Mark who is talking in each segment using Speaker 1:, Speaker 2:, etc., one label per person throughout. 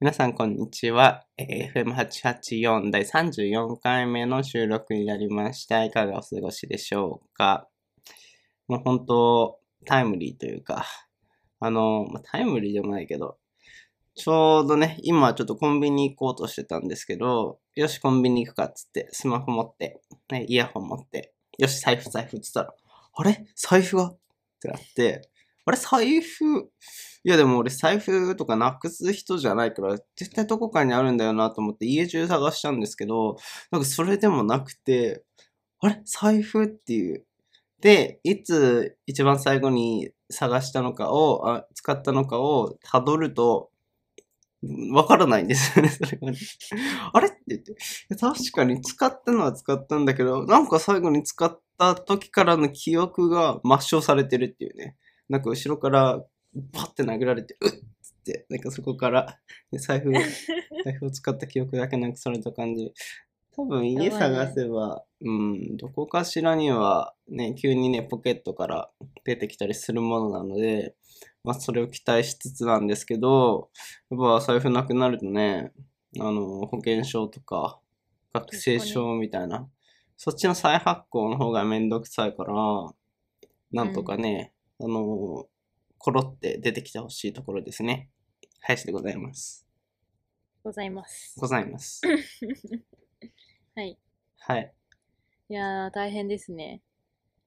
Speaker 1: 皆さん、こんにちは。えー FM884 第34回目の収録になりました。いかがお過ごしでしょうかもう本当、タイムリーというか、あの、まあタイムリーでもないけど、ちょうどね、今ちょっとコンビニ行こうとしてたんですけど、よし、コンビニ行くかっつって、スマホ持って、ね、イヤホン持って、よし、財布、財布っつったら、あれ財布がってなって、あれ財布いやでも俺財布とかなくす人じゃないから、絶対どこかにあるんだよなと思って家中探したんですけど、なんかそれでもなくて、あれ財布っていう。で、いつ一番最後に探したのかを、あ使ったのかをたどると、わからないんですよね、 それがね。あれって言って。確かに使ったのは使ったんだけど、なんか最後に使った時からの記憶が抹消されてるっていうね。なんか後ろからバッて殴られて、うっつって、なんかそこから、ね財布、財布を使った記憶だけなくされた感じ。多分家
Speaker 2: やばいね
Speaker 1: 探せば、うん、どこかしらには、ね、急にね、ポケットから出てきたりするものなので、まあそれを期待しつつなんですけど、やっぱ財布なくなるとね、あの、保険証とか、学生証みたいな、そっちの再発行の方がめんどくさいから、なんとかね、あの、コロって出てきてほしいところですね。林でございます。
Speaker 2: ございます。
Speaker 1: ございます。
Speaker 2: はい。
Speaker 1: はい。
Speaker 2: いやー、大変ですね。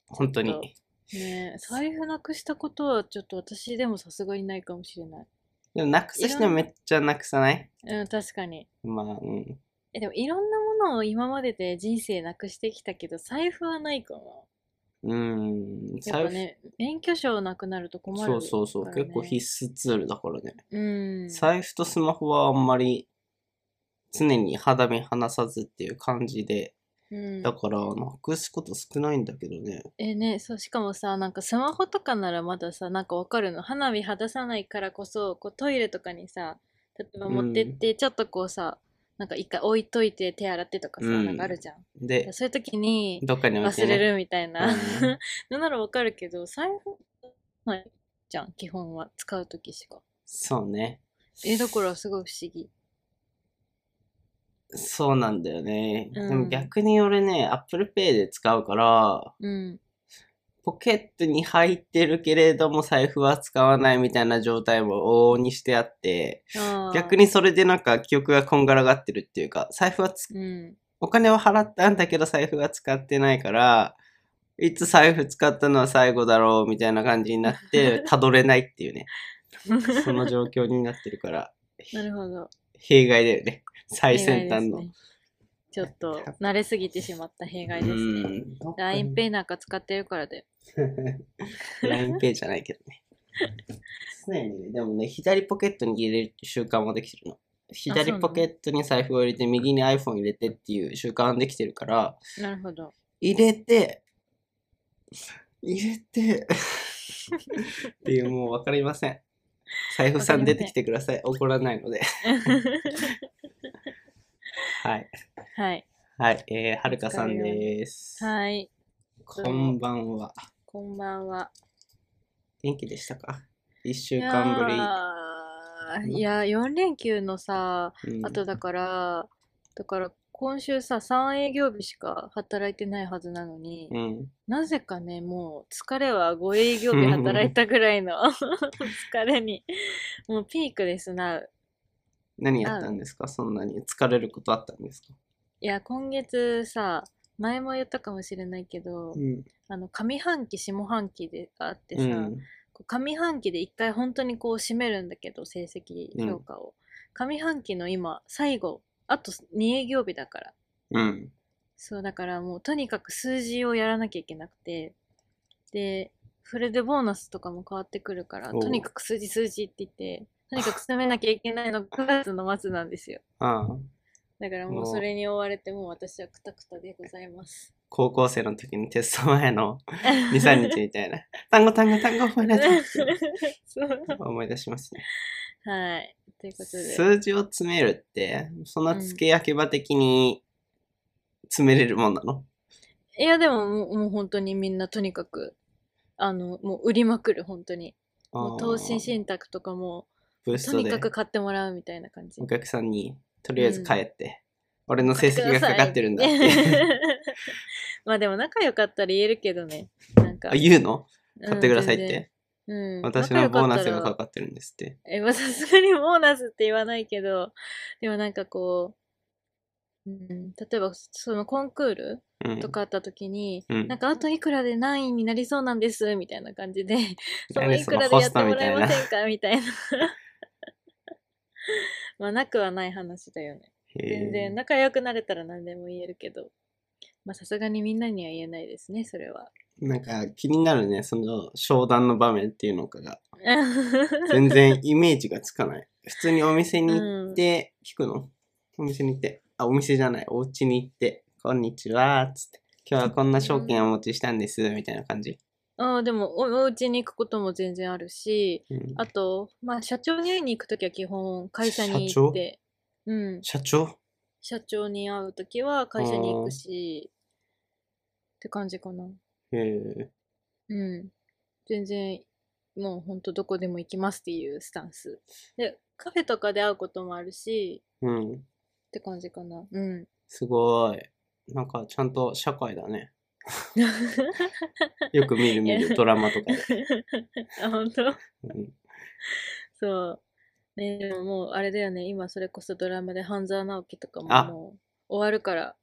Speaker 1: 本当
Speaker 2: ちょっ
Speaker 1: に。
Speaker 2: ねえ財布なくしたことはちょっと私でもさすがにないかもしれない。
Speaker 1: でもなくす人めっちゃなくさない
Speaker 2: うん、確かに。
Speaker 1: まあ、うん。
Speaker 2: え、でもいろんなものを今までで人生なくしてきたけど、財布はないかな。
Speaker 1: うん。
Speaker 2: やっ
Speaker 1: 財
Speaker 2: ぱ
Speaker 1: 布、
Speaker 2: ね、免許証なくなると困る、
Speaker 1: そうそうそう。結構
Speaker 2: 必
Speaker 1: 必須ツールだからね。
Speaker 2: うん。
Speaker 1: 財布とスマホはあんまり常に肌身離さずっていう感じで、
Speaker 2: うん
Speaker 1: だからなくすこと少ないんだけどね。
Speaker 2: えねそうしかもさなんかスマホとかならまださなんかわかるの花火果たさないからこそこうトイレとかにさ例えば持ってってちょっとこうさ、なんか一回置いといて手洗ってとかさ、
Speaker 1: うん
Speaker 2: なんかあるじゃん
Speaker 1: で、
Speaker 2: そういう時に
Speaker 1: どっかに置いて、
Speaker 2: 忘
Speaker 1: ね、
Speaker 2: れるみたいな、
Speaker 1: うん
Speaker 2: の ならわかるけど財布ないじゃん基本は使う時しか
Speaker 1: そうね。
Speaker 2: えだからすごい不思議
Speaker 1: そうなんだよね。
Speaker 2: うん
Speaker 1: でも逆に俺ね、Apple Pay で使うから、
Speaker 2: うん
Speaker 1: ポケットに入ってるけれども財布は使わないみたいな状態も往々にしてあって、
Speaker 2: あー
Speaker 1: 逆にそれでなんか記憶がこんがらがってるっていうか、財布はつ
Speaker 2: うん
Speaker 1: お金は払ったんだけど財布は使ってないから、いつ財布使ったのは最後だろうみたいな感じにな って、たどれないっていうね、その状況になってるから、
Speaker 2: なるほど
Speaker 1: 弊害だよね。最先
Speaker 2: 弊害
Speaker 1: 端
Speaker 2: です
Speaker 1: の。
Speaker 2: ねちょっと慣れすぎてしまった弊害ですね
Speaker 1: ん。
Speaker 2: ラインペイなんか使ってるからだよ。
Speaker 1: LINEPay じゃないけどね。常にね、でもね、左ポケットに入れるっていう習慣もできてるの。左ポケットに財布を入れて、右に iPhone 入れてっていう習慣できてるから、
Speaker 2: なるほ ど。
Speaker 1: 入れて、入れて、っていうもう分かりません。財布さん出てきてください。怒らないので。はい。
Speaker 2: はい。
Speaker 1: はい。えー、はるかさんです。
Speaker 2: はい。
Speaker 1: こんばんは。
Speaker 2: こんばんは。
Speaker 1: 元気でしたか一
Speaker 2: い
Speaker 1: 週間ぶり。
Speaker 2: やーいや、4連休のさ、
Speaker 1: うん
Speaker 2: あとだから、だから今週さ、3営業日しか働いてないはずなのに、
Speaker 1: うん。
Speaker 2: なぜかね、もう疲れは5営業日働いたぐらいの 疲れに、もうピークですな。
Speaker 1: 何やったんですかそんなに疲れることあったんですか
Speaker 2: いや、今月さ、前も言ったかもしれないけど、
Speaker 1: ん。
Speaker 2: あの上半期下半期であってさ、
Speaker 1: うん。
Speaker 2: こう上半期で一回本当にこう締めるんだけど成績評価を、上半期の今最後あと2営業日だから
Speaker 1: うん。
Speaker 2: そうだからもうとにかく数字をやらなきゃいけなくてでそれでボーナスとかも変わってくるから
Speaker 1: おう
Speaker 2: とにかく数字数字って言ってとにかく詰めなきゃいけないのが9月の末なんですよ
Speaker 1: ああ。
Speaker 2: だからもうそれに追われてもう私はクタクタでございます
Speaker 1: 高校生の時のテスト前の 2、3日みたいな。単語単語単語覚えなさい
Speaker 2: そう
Speaker 1: 思い出しますね。
Speaker 2: はいということで
Speaker 1: 数字を詰めるって、そんな付け焼け場的に詰めれるもんなの、
Speaker 2: いや、でももう、もう本当にみんなとにかく、あの、もう売りまくる、本当に。もう投資信託とかも、
Speaker 1: ブース
Speaker 2: と
Speaker 1: ト
Speaker 2: に
Speaker 1: で
Speaker 2: かく買ってもらうみたいな感じ
Speaker 1: お客さんにとりあえず帰って、俺の成績がかかってるんだっ
Speaker 2: 買てく
Speaker 1: て
Speaker 2: ださい まあでも仲良かったら言えるけどねなん か
Speaker 1: あ言うの買ってくださいっ
Speaker 2: うん全然
Speaker 1: て、
Speaker 2: うん、
Speaker 1: 私のボーナスがか
Speaker 2: っ
Speaker 1: かってるんですって
Speaker 2: え、まあ、さすがにボーナスって言わないけど、でもなんかこう、うん、例えば、そのコンクール
Speaker 1: うん
Speaker 2: とかあった時に、
Speaker 1: うん
Speaker 2: なんかあといくらで何位になりそうなんです、みたいな感じで、その
Speaker 1: 何
Speaker 2: い
Speaker 1: そ
Speaker 2: く
Speaker 1: の
Speaker 2: らで
Speaker 1: ホ
Speaker 2: やっ
Speaker 1: ス
Speaker 2: て
Speaker 1: ト
Speaker 2: も
Speaker 1: みた
Speaker 2: ら
Speaker 1: い
Speaker 2: えま
Speaker 1: な
Speaker 2: せんかみたいな。 まあ、なくはない話だよね。全然、
Speaker 1: へ
Speaker 2: 仲良くなれたら何でも言えるけど、まあ、さすがにみんなには言えないですね、それは。
Speaker 1: ーなんか気になるねその商談の場面っていうのか が全然イメージがつかない。普通にお店に行 って、聞くのお店に行って、あ、お店じゃない、お家に行って、こんにちは、つって、今日はこんな証券をお持ちしたんです、みたいな感じ。
Speaker 2: ああ、でもお、お家に行くことも全然あるし、
Speaker 1: うん
Speaker 2: あと、まあ、社長に会いに行くときは基本会社に
Speaker 1: 社長
Speaker 2: 行って、うん、
Speaker 1: 社長
Speaker 2: 社長に会うときは会社に行くし、って感じかな。
Speaker 1: へえ
Speaker 2: うん。全然、もうほんとどこでも行きますっていうスタンス。で、カフェとかで会うこともあるし、
Speaker 1: うん。
Speaker 2: って感じかな。 うん。
Speaker 1: すごい。なんかちゃんと社会だね。よく見る見
Speaker 2: いや
Speaker 1: るドラマとかで。
Speaker 2: あ、ほんと
Speaker 1: うん、
Speaker 2: そう。ね、でももうあれだよね、今それこそドラマで半沢直樹とかも
Speaker 1: あ
Speaker 2: もう終わるから。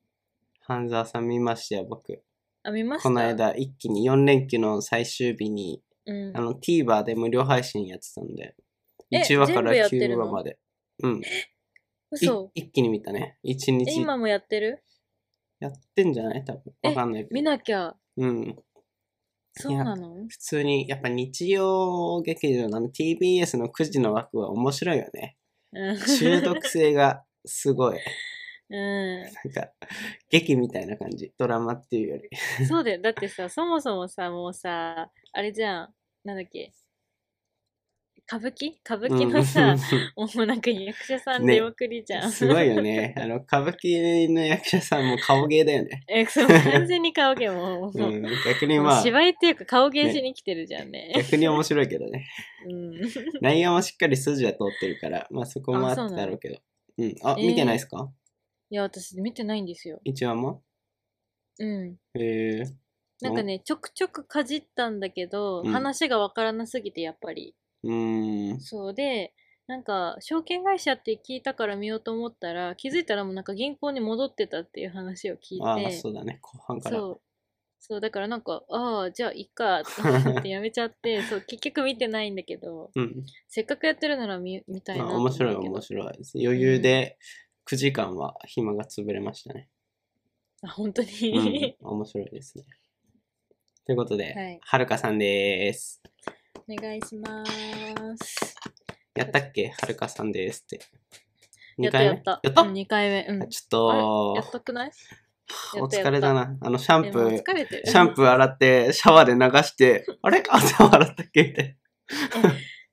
Speaker 1: 半沢さん見ましたよ、僕。
Speaker 2: あ、見ました
Speaker 1: この、間、一気に4連休の最終日に、
Speaker 2: うん
Speaker 1: あ、の TVer で無料配信やってたんで、
Speaker 2: え
Speaker 1: 1話から
Speaker 2: 全部やってる
Speaker 1: 9
Speaker 2: の
Speaker 1: 話まで。うん。い
Speaker 2: 嘘。
Speaker 1: 一気に見たね。一
Speaker 2: え、
Speaker 1: 日
Speaker 2: 今もやってる
Speaker 1: やってんじゃない多分。
Speaker 2: え
Speaker 1: わかんないけ
Speaker 2: 見
Speaker 1: ど。
Speaker 2: なきゃ。
Speaker 1: うん。
Speaker 2: そうなの
Speaker 1: 普通に、やっぱ日曜劇場のあの TBS の9時の枠は面白いよね。
Speaker 2: うん
Speaker 1: 中毒性がすごい。
Speaker 2: う
Speaker 1: なんか、劇みたいな感じ。ドラマっていうより。
Speaker 2: ん。そうだよ。だってさ、そもそもさ、もうさ、あれじゃん。なんだっけ。歌舞伎歌舞伎のさ、 もうなんか役者さん
Speaker 1: ね
Speaker 2: 出まくりじ
Speaker 1: う
Speaker 2: ゃ
Speaker 1: ん
Speaker 2: ん。
Speaker 1: すごいよね。あの、歌舞伎の役者さんも顔芸だよね。
Speaker 2: え、そう、完全に顔芸もう、
Speaker 1: う
Speaker 2: も
Speaker 1: ん。逆
Speaker 2: う
Speaker 1: にまあ、
Speaker 2: 芝居っていうか顔芸
Speaker 1: ね
Speaker 2: しに来てるじゃんね。
Speaker 1: 逆に面白いけどね。
Speaker 2: うん。
Speaker 1: 内容もしっかり筋は通ってるから、まあそこもあ
Speaker 2: あ
Speaker 1: っ
Speaker 2: そうな
Speaker 1: た
Speaker 2: の
Speaker 1: だろうけど。うん。あ、
Speaker 2: えー
Speaker 1: 見てないですか
Speaker 2: いや、私見てないんですよ。
Speaker 1: 一話も
Speaker 2: うん。
Speaker 1: へえー。
Speaker 2: なんかね、ちょくちょくかじったんだけど、
Speaker 1: うん
Speaker 2: 話がわからなすぎて、やっぱり。
Speaker 1: うーん。
Speaker 2: そうで、なんか、証券会社って聞いたから見ようと思ったら、気づいたらもうなんか銀行に戻ってたっていう話を聞
Speaker 1: あ
Speaker 2: い
Speaker 1: あ、
Speaker 2: て、
Speaker 1: そうだね。後半 から。
Speaker 2: そう。そう、だからなんか、ああ、じゃあいいかって思ってやめち ゃって、そう、結局見てないんだけど、
Speaker 1: うん。
Speaker 2: せっかくやってるなら見見たいな
Speaker 1: あ
Speaker 2: と思う
Speaker 1: 面
Speaker 2: けど。
Speaker 1: 白い、面白い。余裕で9時間は暇が潰れました ね。
Speaker 2: あ、本当
Speaker 1: う
Speaker 2: に
Speaker 1: ん。。面白いですね。ということで、
Speaker 2: はい
Speaker 1: はるかさんです。
Speaker 2: お願いします。
Speaker 1: やったっけはるかさんですって。2
Speaker 2: やった
Speaker 1: 回目
Speaker 2: やった。
Speaker 1: やった、
Speaker 2: うん、2回目。うん
Speaker 1: あ。ちょ
Speaker 2: や
Speaker 1: っ
Speaker 2: っとくない
Speaker 1: と、
Speaker 2: や
Speaker 1: お
Speaker 2: ったやった
Speaker 1: 疲れだな。あの、シャン
Speaker 2: で
Speaker 1: プ
Speaker 2: も
Speaker 1: ー、
Speaker 2: 疲れてる。
Speaker 1: シャンプー洗って、シャワーで流して、あれ 頭洗ったっけみたい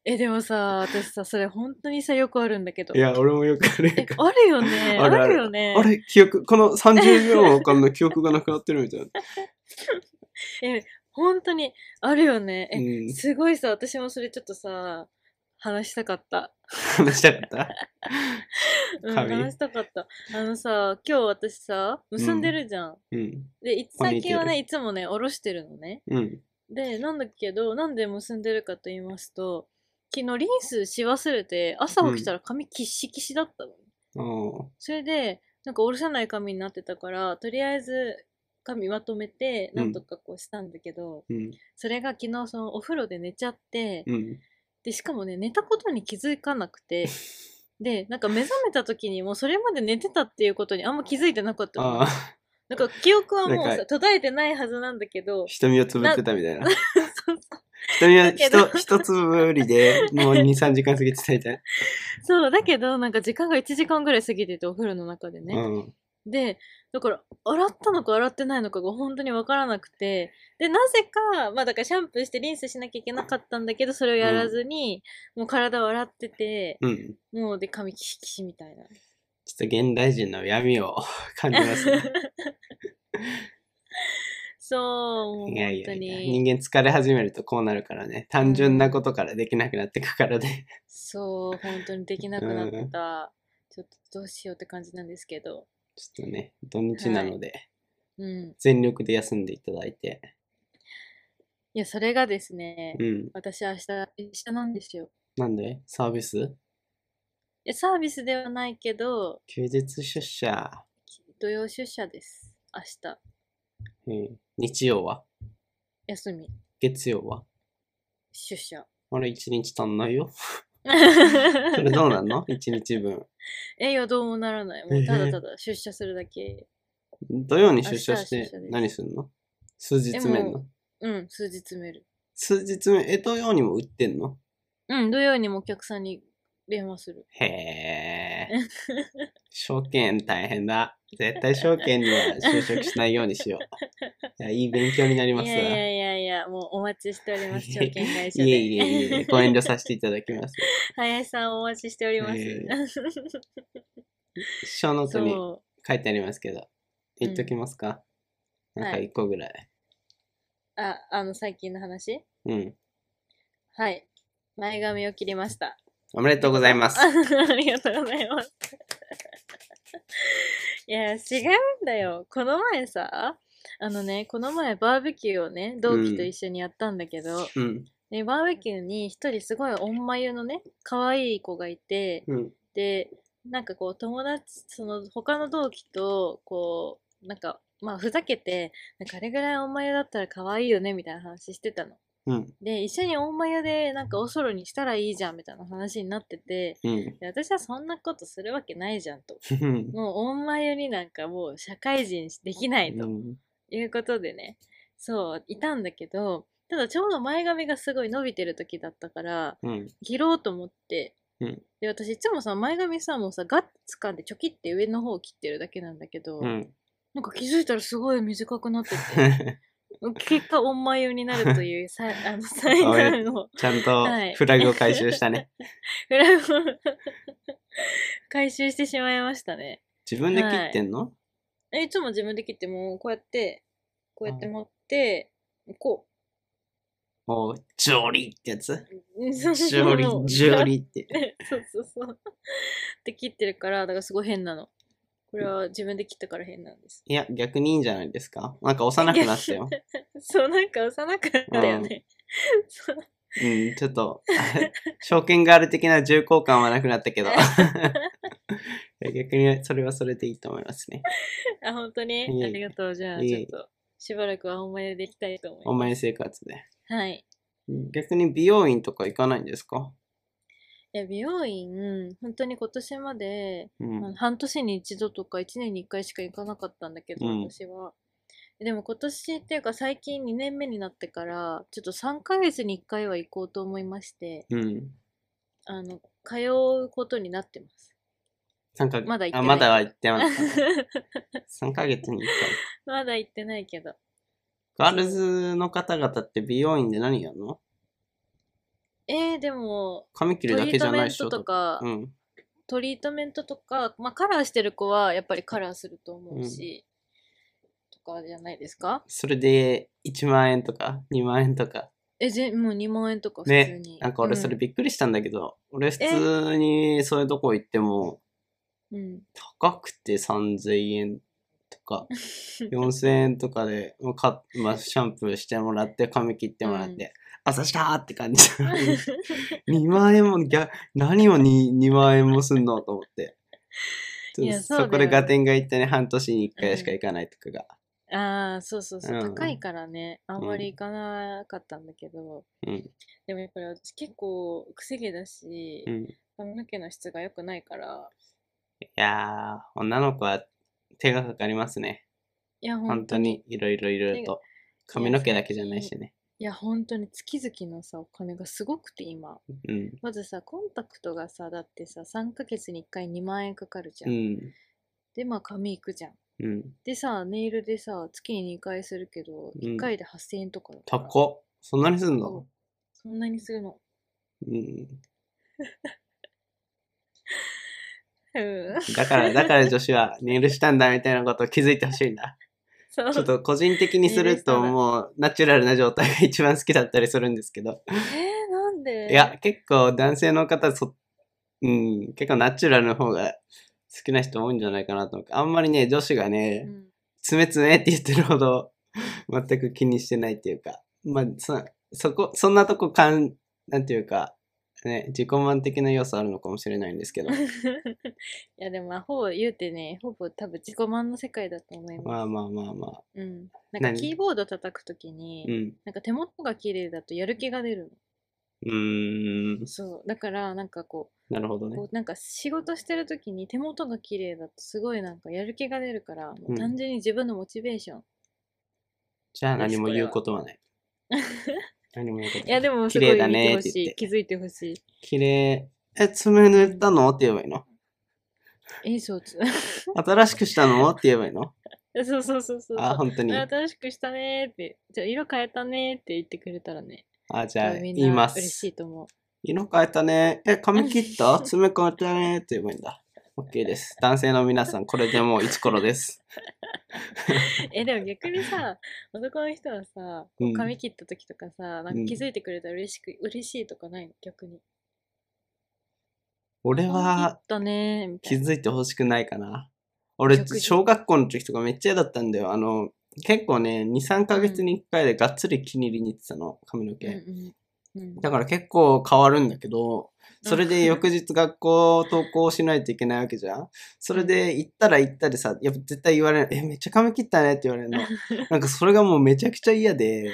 Speaker 2: え、でもさ、私さ、それ本当にさ、よくあるんだけど。
Speaker 1: な。いや、俺もよくある
Speaker 2: え
Speaker 1: よ。
Speaker 2: あるよね。あ
Speaker 1: あるある
Speaker 2: るよね。
Speaker 1: あれ記憶、この30秒間の記憶がなくなってるみたい な。
Speaker 2: え、本当にあるよね。え、
Speaker 1: うん
Speaker 2: すごいさ、私もそれちょっとさ、話したかった。
Speaker 1: 話したかった
Speaker 2: うん、
Speaker 1: 神
Speaker 2: 話したかった。あのさ、今日私さ、結んでるじゃん。
Speaker 1: うん。
Speaker 2: で、いつ
Speaker 1: ポニ
Speaker 2: 最
Speaker 1: ーテール
Speaker 2: 近はね、いつもね、おろしてるのね。
Speaker 1: うん。
Speaker 2: で、なんだけど、なんで結んでるかと言いますと、昨日リンスし忘れて、朝起きたら髪キッシキシだったの。
Speaker 1: おー
Speaker 2: それで、なんかおろせない髪になってたから、とりあえず髪まとめて、
Speaker 1: うん
Speaker 2: なんとかこうしたんだけど、
Speaker 1: うん。
Speaker 2: それが昨日そのお風呂で寝ちゃって、
Speaker 1: うん。
Speaker 2: で、しかもね、寝たことに気づかなく て、で、なんか目覚めた時にもうそれまで寝てたっていうことにあんま気づいてなかったの。
Speaker 1: ああ、
Speaker 2: なんか記憶はもう
Speaker 1: なん
Speaker 2: さ、
Speaker 1: か
Speaker 2: 途絶えてないはずなんだけ ど、
Speaker 1: 瞳をつぶってたみたいな。
Speaker 2: そうそう
Speaker 1: 瞳は
Speaker 2: だけど
Speaker 1: 一一つぶりで、もう2、3時間過ぎてたみたい
Speaker 2: そう、だけどなんか時間が1時間ぐらい過ぎててお風呂の中でね。
Speaker 1: な。うん。
Speaker 2: で、だから、洗ったのか洗ってないのかが本当に分からなくて、で、なぜか、まあだからシャンプーしてリンスしなきゃいけなかったんだけど、それをやらずに、もう体を洗ってて、
Speaker 1: うん。
Speaker 2: もうで、髪キシキシみたいな。
Speaker 1: ちょ っと現代人の闇を感じますね。
Speaker 2: そう、もう
Speaker 1: いやい
Speaker 2: 本当
Speaker 1: やいや、
Speaker 2: に。
Speaker 1: 人間疲れ始めるとこうなるからね。単純なことからできなくなってくからね。
Speaker 2: そう、本当にできなくなってた。ちょっとどうしようって感じなんですけど。
Speaker 1: ちょっとね、土日なので、
Speaker 2: うん。
Speaker 1: 全力で休んでいただいて。
Speaker 2: いや、それがですね、
Speaker 1: うん。
Speaker 2: 私明日、明日なんですよ。
Speaker 1: なんでサービス
Speaker 2: いや、サービスではないけど、
Speaker 1: 休日出社。
Speaker 2: 土曜出社です。明日。
Speaker 1: うん。日曜は
Speaker 2: 休み。
Speaker 1: 月曜は
Speaker 2: 出社。
Speaker 1: あれ、一日足んない よ。それどうなんの一日分。
Speaker 2: え、いや、どうもならない。もうただただ出社するだけ。
Speaker 1: 土曜に出社し
Speaker 2: 明日は出
Speaker 1: て
Speaker 2: 社です
Speaker 1: 何するの数日目
Speaker 2: で
Speaker 1: の
Speaker 2: もうん、数日メール。
Speaker 1: 数日目、え、土曜にも売ってんの
Speaker 2: うん、土曜にもお客さんに電話する。
Speaker 1: へ え。証券大変だ。絶対証券には就職しないようにしよ う。いやいい勉強になり
Speaker 2: い
Speaker 1: ま
Speaker 2: や
Speaker 1: す
Speaker 2: い
Speaker 1: わ。
Speaker 2: やいやいや、もうお待ちしております、証券会 社
Speaker 1: い
Speaker 2: で。
Speaker 1: えいえいえ、ご遠慮させていただきます。
Speaker 2: 林さんお待ちしております。
Speaker 1: いえい書ノートに
Speaker 2: そう。
Speaker 1: 書いてありますけど、言っときますか。
Speaker 2: うん
Speaker 1: なんか
Speaker 2: はい
Speaker 1: 一個ぐらい。
Speaker 2: あ、あの、最近の話
Speaker 1: うん。
Speaker 2: はい。前髪を切りました。
Speaker 1: おめでとうございます。
Speaker 2: ありがとうございます。 いや、違うんだよ。この前さ、あのね、この前バーベキューをね、同期と一緒にやったんだけど、
Speaker 1: うん。
Speaker 2: でバーベキューに一人すごいおんまゆのね、可愛い子がいて、
Speaker 1: うん。
Speaker 2: でなんかこう友達その他の同期とこうなんかまあふざけてなんかあれぐらいおんまやだったら可愛いよねみたいな話してたの。
Speaker 1: うん。
Speaker 2: で一緒におんまやでなんかおそろにしたらいいじゃんみたいな話になってて
Speaker 1: うん。
Speaker 2: で私はそんなことするわけないじゃんと
Speaker 1: うん
Speaker 2: もうおんまやになんかもう社会人できないと
Speaker 1: うん
Speaker 2: いうことでねそういたんだけどただちょうど前髪がすごい伸びてる時だったから
Speaker 1: うん。
Speaker 2: 切ろうと思って、
Speaker 1: うん
Speaker 2: で私いつもさ前髪さもうさガッツ掴んでチョキって上の方を切ってるだけなんだけど、
Speaker 1: うん。
Speaker 2: なんか気づいたらすごい短くなってて結果おんまゆになるというさ あの災難を
Speaker 1: ちゃんと
Speaker 2: はい
Speaker 1: フラグを回収した ね。
Speaker 2: フラグを 回収してしまいましたね
Speaker 1: 自分で切ってんの
Speaker 2: えいつも自分で切ってもうこうやってこうやって持って、こ
Speaker 1: おう、ジョリーってや つ
Speaker 2: うジ
Speaker 1: ジョ リー、ジョリーって。
Speaker 2: そうそうそう。って切ってるから、だからすごい変なの。これは自分で切ったから変なんです。
Speaker 1: いや、逆にいいんじゃないですかなんか幼くなったよ。
Speaker 2: そう、なんか幼くなったよね。 そう
Speaker 1: うん、ちょっと、 証券がある的な重厚感はなくなったけ ど。いや逆にそれはそれでいいと思いますね。
Speaker 2: あ、本当に
Speaker 1: いえいえ
Speaker 2: ありがとう。じゃあ、
Speaker 1: いえ
Speaker 2: ち
Speaker 1: い
Speaker 2: ょっ
Speaker 1: え
Speaker 2: と、しばらくはお前でいきたいと思い
Speaker 1: お
Speaker 2: ま
Speaker 1: 前生活で。
Speaker 2: す。はい。
Speaker 1: 逆に美容院とか行かないんですか
Speaker 2: いや美容院、本当に今年まで、
Speaker 1: う
Speaker 2: まあ
Speaker 1: ん。
Speaker 2: 半年に一度とか一年に一回しか行かなかったんだけど、
Speaker 1: うん
Speaker 2: 私は。でも今年っていうか最近2年目になってから、ちょっと3ヶ月に1回は行こうと思いまして、
Speaker 1: うん。
Speaker 2: あの、通うことになってます。
Speaker 1: 三ヶ月。
Speaker 2: まだ行ってない
Speaker 1: あ、まだは行ってます、ね。3ヶ月に1
Speaker 2: まだ行ってないけど。
Speaker 1: 回。ガールズの方々って美容院で何やるの
Speaker 2: えー、でも、
Speaker 1: 髪切
Speaker 2: ト
Speaker 1: るだ
Speaker 2: リ
Speaker 1: け
Speaker 2: ー
Speaker 1: じゃ
Speaker 2: ト
Speaker 1: な
Speaker 2: メ
Speaker 1: い
Speaker 2: ン
Speaker 1: でしょ
Speaker 2: トとか、
Speaker 1: うん。
Speaker 2: トリートメントとか、まあ、カラーしてる子はやっぱりカラーすると思うし、とかじゃないですか
Speaker 1: それで1万円とか2万円とか。
Speaker 2: え、ぜもう2万円とか普通
Speaker 1: ね
Speaker 2: に。。
Speaker 1: なんか俺それ
Speaker 2: うん
Speaker 1: びっくりしたんだけど、俺普通にそういうとこ行っても
Speaker 2: うん。
Speaker 1: 高くて3000円と か4000円とかで、もうかまあ、シャンプーしてもらって髪切ってもらって、
Speaker 2: うん
Speaker 1: 朝したーって 感じ。2万円もぎゃ何を 2, 2万円もすんのと思ってちょっ
Speaker 2: い
Speaker 1: と
Speaker 2: や
Speaker 1: そ
Speaker 2: そうだよ
Speaker 1: こでガテンが行ったね半年に1回しか行かないとかが、
Speaker 2: ああ、そうそうそ
Speaker 1: う
Speaker 2: う、
Speaker 1: ん
Speaker 2: 高いからね、あんまり行かなかったんだけど、
Speaker 1: うん
Speaker 2: でもやっぱり私結構くせ毛だし、
Speaker 1: うんい
Speaker 2: 髪の毛の質が良くないから、
Speaker 1: やー女の子は手がかかりますね
Speaker 2: いや、
Speaker 1: 本
Speaker 2: 本
Speaker 1: 当
Speaker 2: 当に。
Speaker 1: にいろいろいろと髪の毛だけじゃないしね
Speaker 2: いや、本当に月々のさ、お金がすごくて今。
Speaker 1: うん
Speaker 2: まずさ、コンタクトがさ、だってさ、3ヶ月に1回2万円かかるじゃ。
Speaker 1: うんん
Speaker 2: で、まあ、髪行くじゃん。
Speaker 1: うん
Speaker 2: でさ、ネイルでさ、月に2回するけど、
Speaker 1: うん
Speaker 2: 1回で8000円とかだから。
Speaker 1: 高っそんなにすんの
Speaker 2: そうそんなにするの。
Speaker 1: うん
Speaker 2: うん。
Speaker 1: だからだから女子はネイルしたんだみたいなことを気づいてほしいんだ
Speaker 2: そう
Speaker 1: ちょっと個人的にするともうナチュラルな状態が一番好きだったりするんですけど。
Speaker 2: えー、なんで
Speaker 1: いや、結構男性の方そ、うん、結構ナチュラルの方が好きな人多いんじゃないかなと思う。あんまりね、女子が
Speaker 2: う
Speaker 1: ね、
Speaker 2: ん
Speaker 1: つめつめって言ってるほど全く気にしてないっていうか、まあ、そ、そこ、そんなとこかん、なんていうか、ね、自己満的な要素あるのかもしれないんですけ ど。
Speaker 2: いやでもまあほぼ言うてねほぼ多分自己満の世界だと思います、
Speaker 1: まあまあまあまあ。
Speaker 2: うん、なん
Speaker 1: 何
Speaker 2: かキーボード叩くときに、
Speaker 1: うん。
Speaker 2: なんか手元が綺麗だとやる気が出る
Speaker 1: うーん
Speaker 2: の。そうだからなんかこ
Speaker 1: なるほど
Speaker 2: う,、
Speaker 1: ね。
Speaker 2: こうなんか仕事してるときに手元が綺麗だとすごいなんかやる気が出るから、もう
Speaker 1: うん
Speaker 2: 単純に自分のモチベーション
Speaker 1: じゃあ何も言うことは ない。何も言うこと
Speaker 2: いやでもす
Speaker 1: 綺
Speaker 2: ご
Speaker 1: 麗
Speaker 2: い見
Speaker 1: だ
Speaker 2: て
Speaker 1: ねっ
Speaker 2: ほ
Speaker 1: て
Speaker 2: し
Speaker 1: 言っ
Speaker 2: い
Speaker 1: て
Speaker 2: 気づいてほし
Speaker 1: 綺麗。え、爪塗ったのって言えばいいの
Speaker 2: いえそう つ
Speaker 1: 新しくしたのって言えばいいの
Speaker 2: そうそうそうそう
Speaker 1: あ、本当に。
Speaker 2: あ新しくしたねーってじゃあ色変えたねーって言ってくれたらね
Speaker 1: あ、じゃあ、
Speaker 2: 多分み
Speaker 1: 言い
Speaker 2: ん
Speaker 1: ま
Speaker 2: な嬉し
Speaker 1: す。
Speaker 2: いと思う
Speaker 1: 色変えたね。え、髪切った 爪変えたねって言えばいいんだ。OK です。男性の皆さん、これでもう一コロ です。
Speaker 2: えでも逆にさ男の人はさこ
Speaker 1: うん
Speaker 2: う髪切った時とかさ、なん
Speaker 1: う
Speaker 2: か
Speaker 1: ん
Speaker 2: 気づいてくれたら嬉しく、嬉しいとかないの逆に
Speaker 1: 俺
Speaker 2: 髪切
Speaker 1: は
Speaker 2: ったねーみた
Speaker 1: 気
Speaker 2: いな
Speaker 1: づいてほしくないかな。俺、
Speaker 2: 逆に
Speaker 1: 小学校の時とかめっちゃ嫌だったんだよ。あの、結構ね、2、3ヶ月に1回でがっつり気に入りに行ってたの、髪の毛。
Speaker 2: うんうんうん
Speaker 1: だから結構変わるんだけど、それで翌日学校登校しないといけないわけじゃんそれで行ったら行ったでさ、やっぱ絶対言われる、え、めっちゃ髪切ったねって言われ るの。なんかそれがもうめちゃくちゃ嫌で、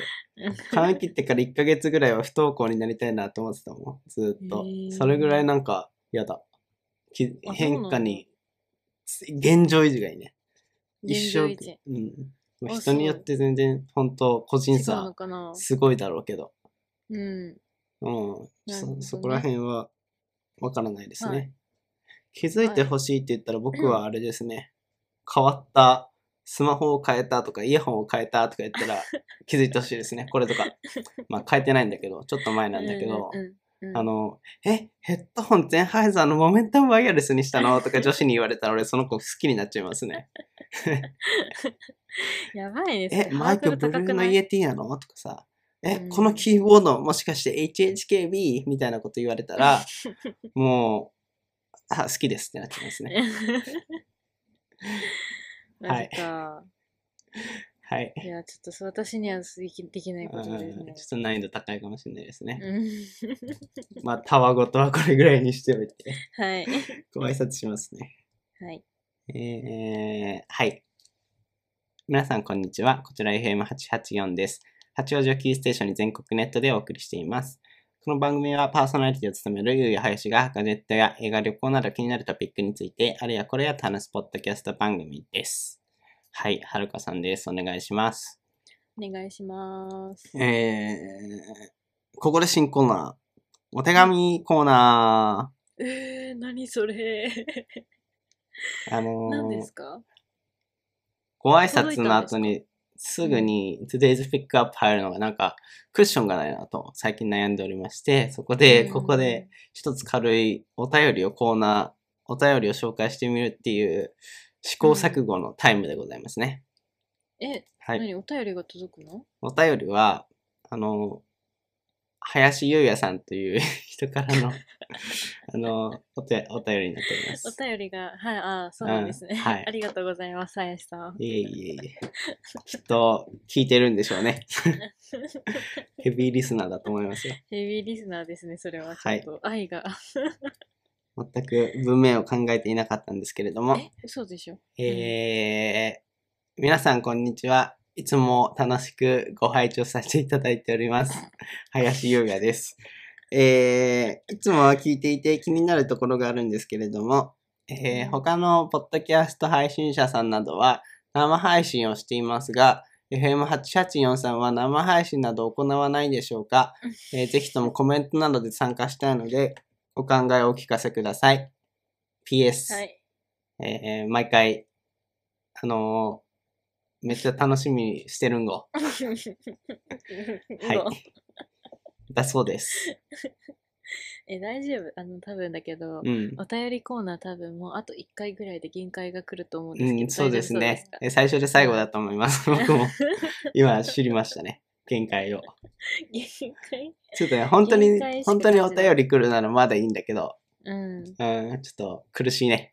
Speaker 1: 髪切ってから1ヶ月ぐらいは不登校になりたいなって思ってたもん、ずっと
Speaker 2: へ。ー
Speaker 1: それぐらいなんか嫌だ。き
Speaker 2: あ
Speaker 1: 変化に、現状維持がいいね。一生、
Speaker 2: 現状維
Speaker 1: うん。まあ
Speaker 2: あ
Speaker 1: 人によって全然、本当個人
Speaker 2: 持違う
Speaker 1: 差
Speaker 2: の、かな
Speaker 1: すごいだろうけど。
Speaker 2: うん
Speaker 1: うん、
Speaker 2: なるほど
Speaker 1: そ
Speaker 2: ね
Speaker 1: そこら辺はわからないですね。
Speaker 2: はい
Speaker 1: 気づいてほしいって言ったら僕はあれですね、変わった、スマホを変えたとかイヤホンを変えたとか言ったら気づいてほしいですね、これと か。まあ変えてないんだけど、ちょっと前なんだけど
Speaker 2: う、んうんうん
Speaker 1: あの、え、ヘッドホンゼンハイザーのモメンタムワイヤレスにしたのとか女子に言われたら俺その子好きになっちゃいますね。
Speaker 2: やばいねそ
Speaker 1: え、
Speaker 2: れ
Speaker 1: マイク
Speaker 2: ハ
Speaker 1: ブ
Speaker 2: ード
Speaker 1: ル
Speaker 2: 高
Speaker 1: ーの
Speaker 2: くない
Speaker 1: イエティなのとかさ、え、
Speaker 2: うん
Speaker 1: このキーボードもしかして HHKB? みたいなこと言われた ら、もう、あ、好きですってなっちゃいますね。
Speaker 2: マジか、
Speaker 1: はい。
Speaker 2: い、やちょっとそう私にはできできないことです
Speaker 1: うん
Speaker 2: ね
Speaker 1: ちょっと難易度高いかもしれないですね。
Speaker 2: うん
Speaker 1: まあ、たわごとはこれぐらいにしておいて、
Speaker 2: はい
Speaker 1: ご挨拶しますね。
Speaker 2: はい
Speaker 1: えー、はい。皆さん、こんにちは。こちら FM884 です。八王子をキーステーションに全国ネットでお送りしています。この番組はパーソナリティを務めるゆうやはやしがガジェットや映画旅行など気になるトピックについて、あるいはこれや楽しポッドキャスト番組です。はい、はるかさんです。お願いします。
Speaker 2: お願いします
Speaker 1: えー、ここで新コーナー。お手紙コーナ
Speaker 2: えー、何それ
Speaker 1: ー。あの
Speaker 2: 何で
Speaker 1: ー
Speaker 2: す、か
Speaker 1: ご挨拶の後にすぐに Today's Pickup 入るのがなんかクッションがないなと最近悩んでおりまして、そこで、
Speaker 2: うん
Speaker 1: ここで一つ軽いお便りをコーナー、お便りを紹介してみるっていう試行錯誤のタイムでございますね。
Speaker 2: え、
Speaker 1: はい。
Speaker 2: 何お便りが届くの
Speaker 1: お便りは、あの、林優也さんという 人から の、あの、お手、お便りになっておりま
Speaker 2: お
Speaker 1: す。
Speaker 2: 便りがはいあーそうなんですね、
Speaker 1: うんはい
Speaker 2: ありがとうございます林さん
Speaker 1: いえいえいえ。きっと聞いてるんでしょうね。ヘビーリスナーだと思いますよ。
Speaker 2: ヘビーリスナーですねそれはちょっと愛が、
Speaker 1: 全く文面を考えていなかったんですけれども、
Speaker 2: え嘘でしょ
Speaker 1: えー、皆さんこんにちは。いつも楽しくご拝聴させていただいております。林優也です。えー、いつもは聞いていて気になるところがあるんですけれども、えー、他のポッドキャスト配信者さんなどは生配信をしていますが、FM884 さんは生配信など行わないでしょうか、えー、ぜひともコメントなどで参加したいので、お考えをお聞かせください。PS、
Speaker 2: はい
Speaker 1: えー毎回、あのーめっちゃ楽しみにしてるんご。は。
Speaker 2: はい
Speaker 1: だそうです。
Speaker 2: ええ、大丈夫。あの、多分だけど、
Speaker 1: うん。
Speaker 2: お便りコーナー多分もうあと1回ぐらいで限界が来ると思うんですけど、
Speaker 1: うん、そうです
Speaker 2: 大
Speaker 1: ね
Speaker 2: 丈夫そう。で
Speaker 1: え最初で最後だと思い ます。僕も今知りましたね。限界を。
Speaker 2: すか限界
Speaker 1: ちょっとね、本当に
Speaker 2: 限界し、か
Speaker 1: 本当にお便り来るならまだいいんだけど、
Speaker 2: うん。
Speaker 1: うん、ちょっと苦しいね。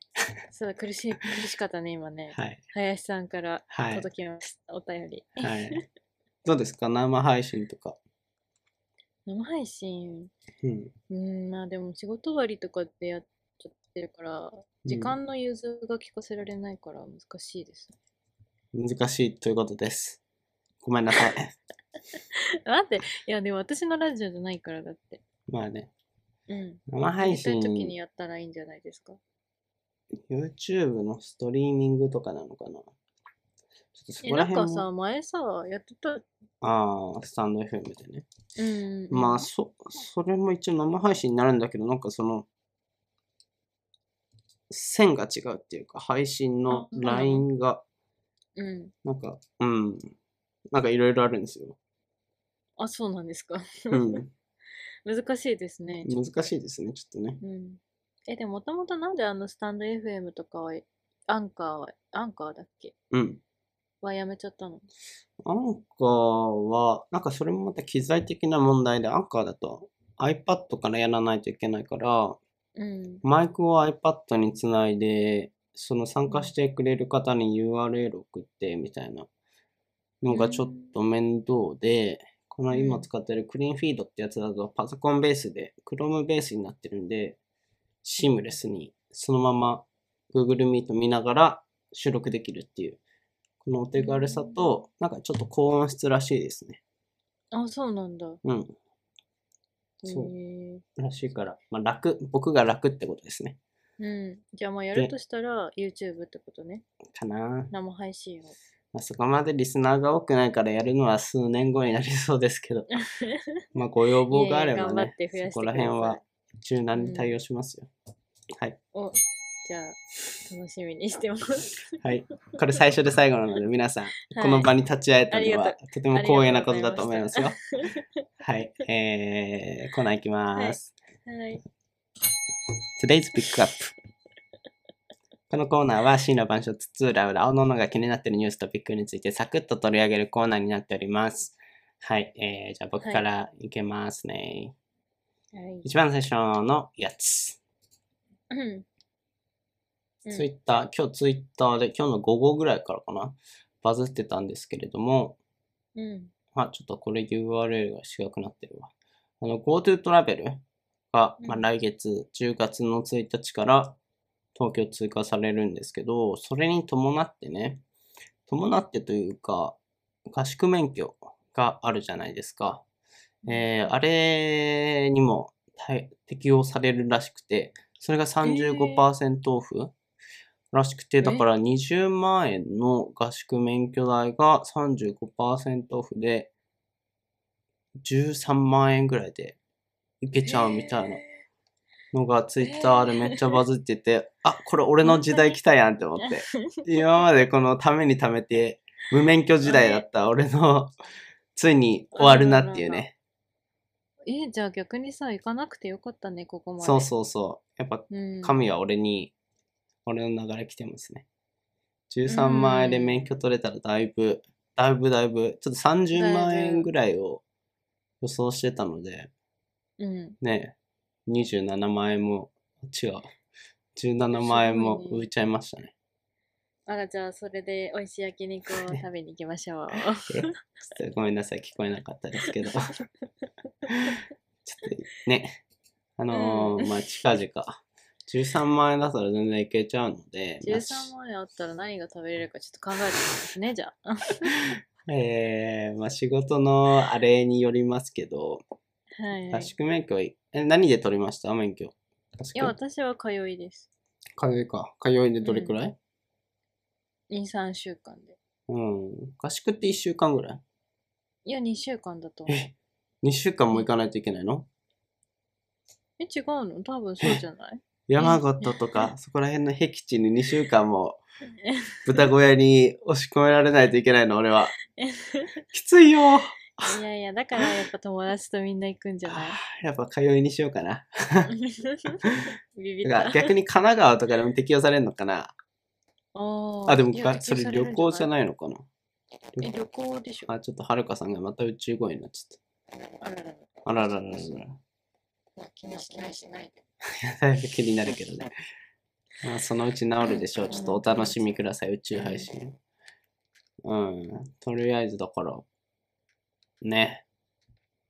Speaker 2: そう、苦しい、苦しかったね、今ね。
Speaker 1: はい。
Speaker 2: 林さんから
Speaker 1: はい。
Speaker 2: 届きました、お便り。
Speaker 1: はい。どうですか生配信とか。
Speaker 2: 生配信、
Speaker 1: うん。
Speaker 2: うん、まあでも仕事終わりとかでやっちゃってるから、時間の融通が聞かせられないから難しいです。
Speaker 1: 難しいということです。ごめんなさ い。
Speaker 2: 待って、いやでも私のラジオじゃないからだって。
Speaker 1: まあね、
Speaker 2: うん。
Speaker 1: 生配信
Speaker 2: やりたい時にやったらいいんじゃないですか。
Speaker 1: YouTube のストリーミングとかなのかなちょっとそ
Speaker 2: え、
Speaker 1: こ
Speaker 2: な
Speaker 1: ら
Speaker 2: んか
Speaker 1: 辺
Speaker 2: さ、
Speaker 1: も。
Speaker 2: 前さ、やってた。うん
Speaker 1: ああ、スタンド FM でね。
Speaker 2: うんうん。
Speaker 1: まあ、そ、それも一応生配信になるんだけど、なんかその、線が違うっていうか、配信の
Speaker 2: あそうなの
Speaker 1: ラインが、
Speaker 2: うん。
Speaker 1: なんか、うん、なんかいろいろあるんです よ。
Speaker 2: あ、そうなんですか。
Speaker 1: うん、
Speaker 2: 難しいですね。
Speaker 1: 難しいですね、ちょっとね。
Speaker 2: うん。え、でももともとなんであのスタンド FM とかは、アンカーは、アンカーだっけ
Speaker 1: うん。
Speaker 2: はやめちゃったの
Speaker 1: アンカーは、なんかそれもまた機材的な問題で、アンカーだと iPad からやらないといけないから、
Speaker 2: うん。
Speaker 1: マイクを iPad につないで、その参加してくれる方に URL 送ってみたいなのがちょっと面倒で、この今使ってるクリーンフィードってやつだとパソコンベースで、Chrome ベースになってるんで、シームレスにそのまま Google Meet 見ながら収録できるっていう、このお手軽さと、なんかちょっと高音質らしいですね。
Speaker 2: あ、そうなんだ。
Speaker 1: うん。そう
Speaker 2: へ
Speaker 1: らしいから、まあ楽、僕が楽ってことですね。
Speaker 2: えうん。じゃあまあやる
Speaker 1: で
Speaker 2: としたら YouTube ってことね。
Speaker 1: かな
Speaker 2: 生配信を。
Speaker 1: まあ、そこまでリスナーが多くないからやるのは数年後になりそうです けど、まあご要望があれば
Speaker 2: いやいや頑張
Speaker 1: ね
Speaker 2: って増やして、
Speaker 1: そこら辺
Speaker 2: くださ
Speaker 1: はい柔軟に対応しますよ。はい。
Speaker 2: お、じゃあ楽しみにし てます。
Speaker 1: はい。これ最初で最後なので、皆さん、
Speaker 2: はい
Speaker 1: この場に立ち会えた
Speaker 2: あり
Speaker 1: の
Speaker 2: が
Speaker 1: は
Speaker 2: と
Speaker 1: とても光栄なこと
Speaker 2: ありが
Speaker 1: だ
Speaker 2: と
Speaker 1: と
Speaker 2: うご
Speaker 1: 思
Speaker 2: ざ
Speaker 1: い
Speaker 2: いま
Speaker 1: ま
Speaker 2: し
Speaker 1: す
Speaker 2: た
Speaker 1: よ。はい。えー、コーナー行きます。
Speaker 2: はい。
Speaker 1: Today's Pick Up。このコーナーは、深夜晩書つつらうら、おのおのが気になっているニューストピックについてサクッと取り上げるコーナーになっております。はい、えー、じゃあ僕からいけますね。
Speaker 2: はい。
Speaker 1: 一番最初のやつ。
Speaker 2: うん。うん
Speaker 1: ツイッター、今日ツイッターで、今日の午後ぐらいからかな、バズってたんですけれども、
Speaker 2: うん。
Speaker 1: あ、ちょっとこれ URL が違くなってるわ。あの、GoTo トラベルが、まあ、
Speaker 2: うん
Speaker 1: 来月10月の1日から東京通過されるんですけど、それに伴ってね、伴ってというか、合宿免許があるじゃないですか。えーあれにも対適用されるらしくて、それが35%オフらしくて、
Speaker 2: え
Speaker 1: だから20万円の合宿免許代が35%オフで、13万円ぐらいでいけちゃうみたいなのがツイッターでめっちゃバズってて、あ、これ俺の時代来たやんって思 って。今までこのために貯めて、無免許時代だった俺の、ついに終わるなって いうね。
Speaker 2: えーじゃあ逆にさ、行かなくてよかったね、ここまで。
Speaker 1: そうそうそう。やっぱ
Speaker 2: う。うん。
Speaker 1: 神は俺に、俺の流れ来てますね。13万円で免許取れたらだいぶ、だいぶだいぶ、ちょっと30万
Speaker 2: だいぶ
Speaker 1: 円ぐらいを予想してたので、
Speaker 2: うん。
Speaker 1: ね、27万円も、違う、17万円も浮いちゃいましたね。
Speaker 2: あら、じゃあそれで美味しい焼肉を食べに行きま しょう。
Speaker 1: えちょっとごめんなさい、聞こえなかったです けど。ちょっとね、あのー
Speaker 2: うん
Speaker 1: まあ近々、13万円だったら全然いけちゃうので、まあ
Speaker 2: 13万円あったら何が食べれるかちょっと考えてみますね、じゃあ。
Speaker 1: えーまあ仕事のあれによりますけど、
Speaker 2: はいは
Speaker 1: 合
Speaker 2: い。
Speaker 1: 宿免許はい、え、何で取りました免許。合宿
Speaker 2: いや、私は通いです。
Speaker 1: 通いか。通いでどれくらい、
Speaker 2: 2、3週間で。
Speaker 1: うん、合宿って1週間ぐらい
Speaker 2: いや、2週間だと思う。
Speaker 1: え ?2 週間も行かないといけないの
Speaker 2: え、違うの多分そうじゃ ない
Speaker 1: 山形とか、そこら辺の僻地に2週間 も 豚小屋に押し込められないといけないの、俺は。きついよ。
Speaker 2: いやいや、だからやっぱ友達とみんな行くんじゃ ない
Speaker 1: やっぱ通いにしようかな。
Speaker 2: ビビっ
Speaker 1: だか
Speaker 2: た
Speaker 1: ら。逆に神奈川とかでも適用されるのかな。
Speaker 2: あー
Speaker 1: あ、でも
Speaker 2: いや
Speaker 1: かそれ旅行じゃないのかな。
Speaker 2: え、旅行でしょ。
Speaker 1: あ、ちょっとはるかさんがまた宇宙語になっちゃっ
Speaker 2: あららら
Speaker 1: た。あららららら。い
Speaker 2: 気にしないしないで。
Speaker 1: やだいぶ 気になるけどね。まあ、そのうち治るでしょう。ちょっとお楽しみください、宇宙配信。うん。とりあえずだから、ね。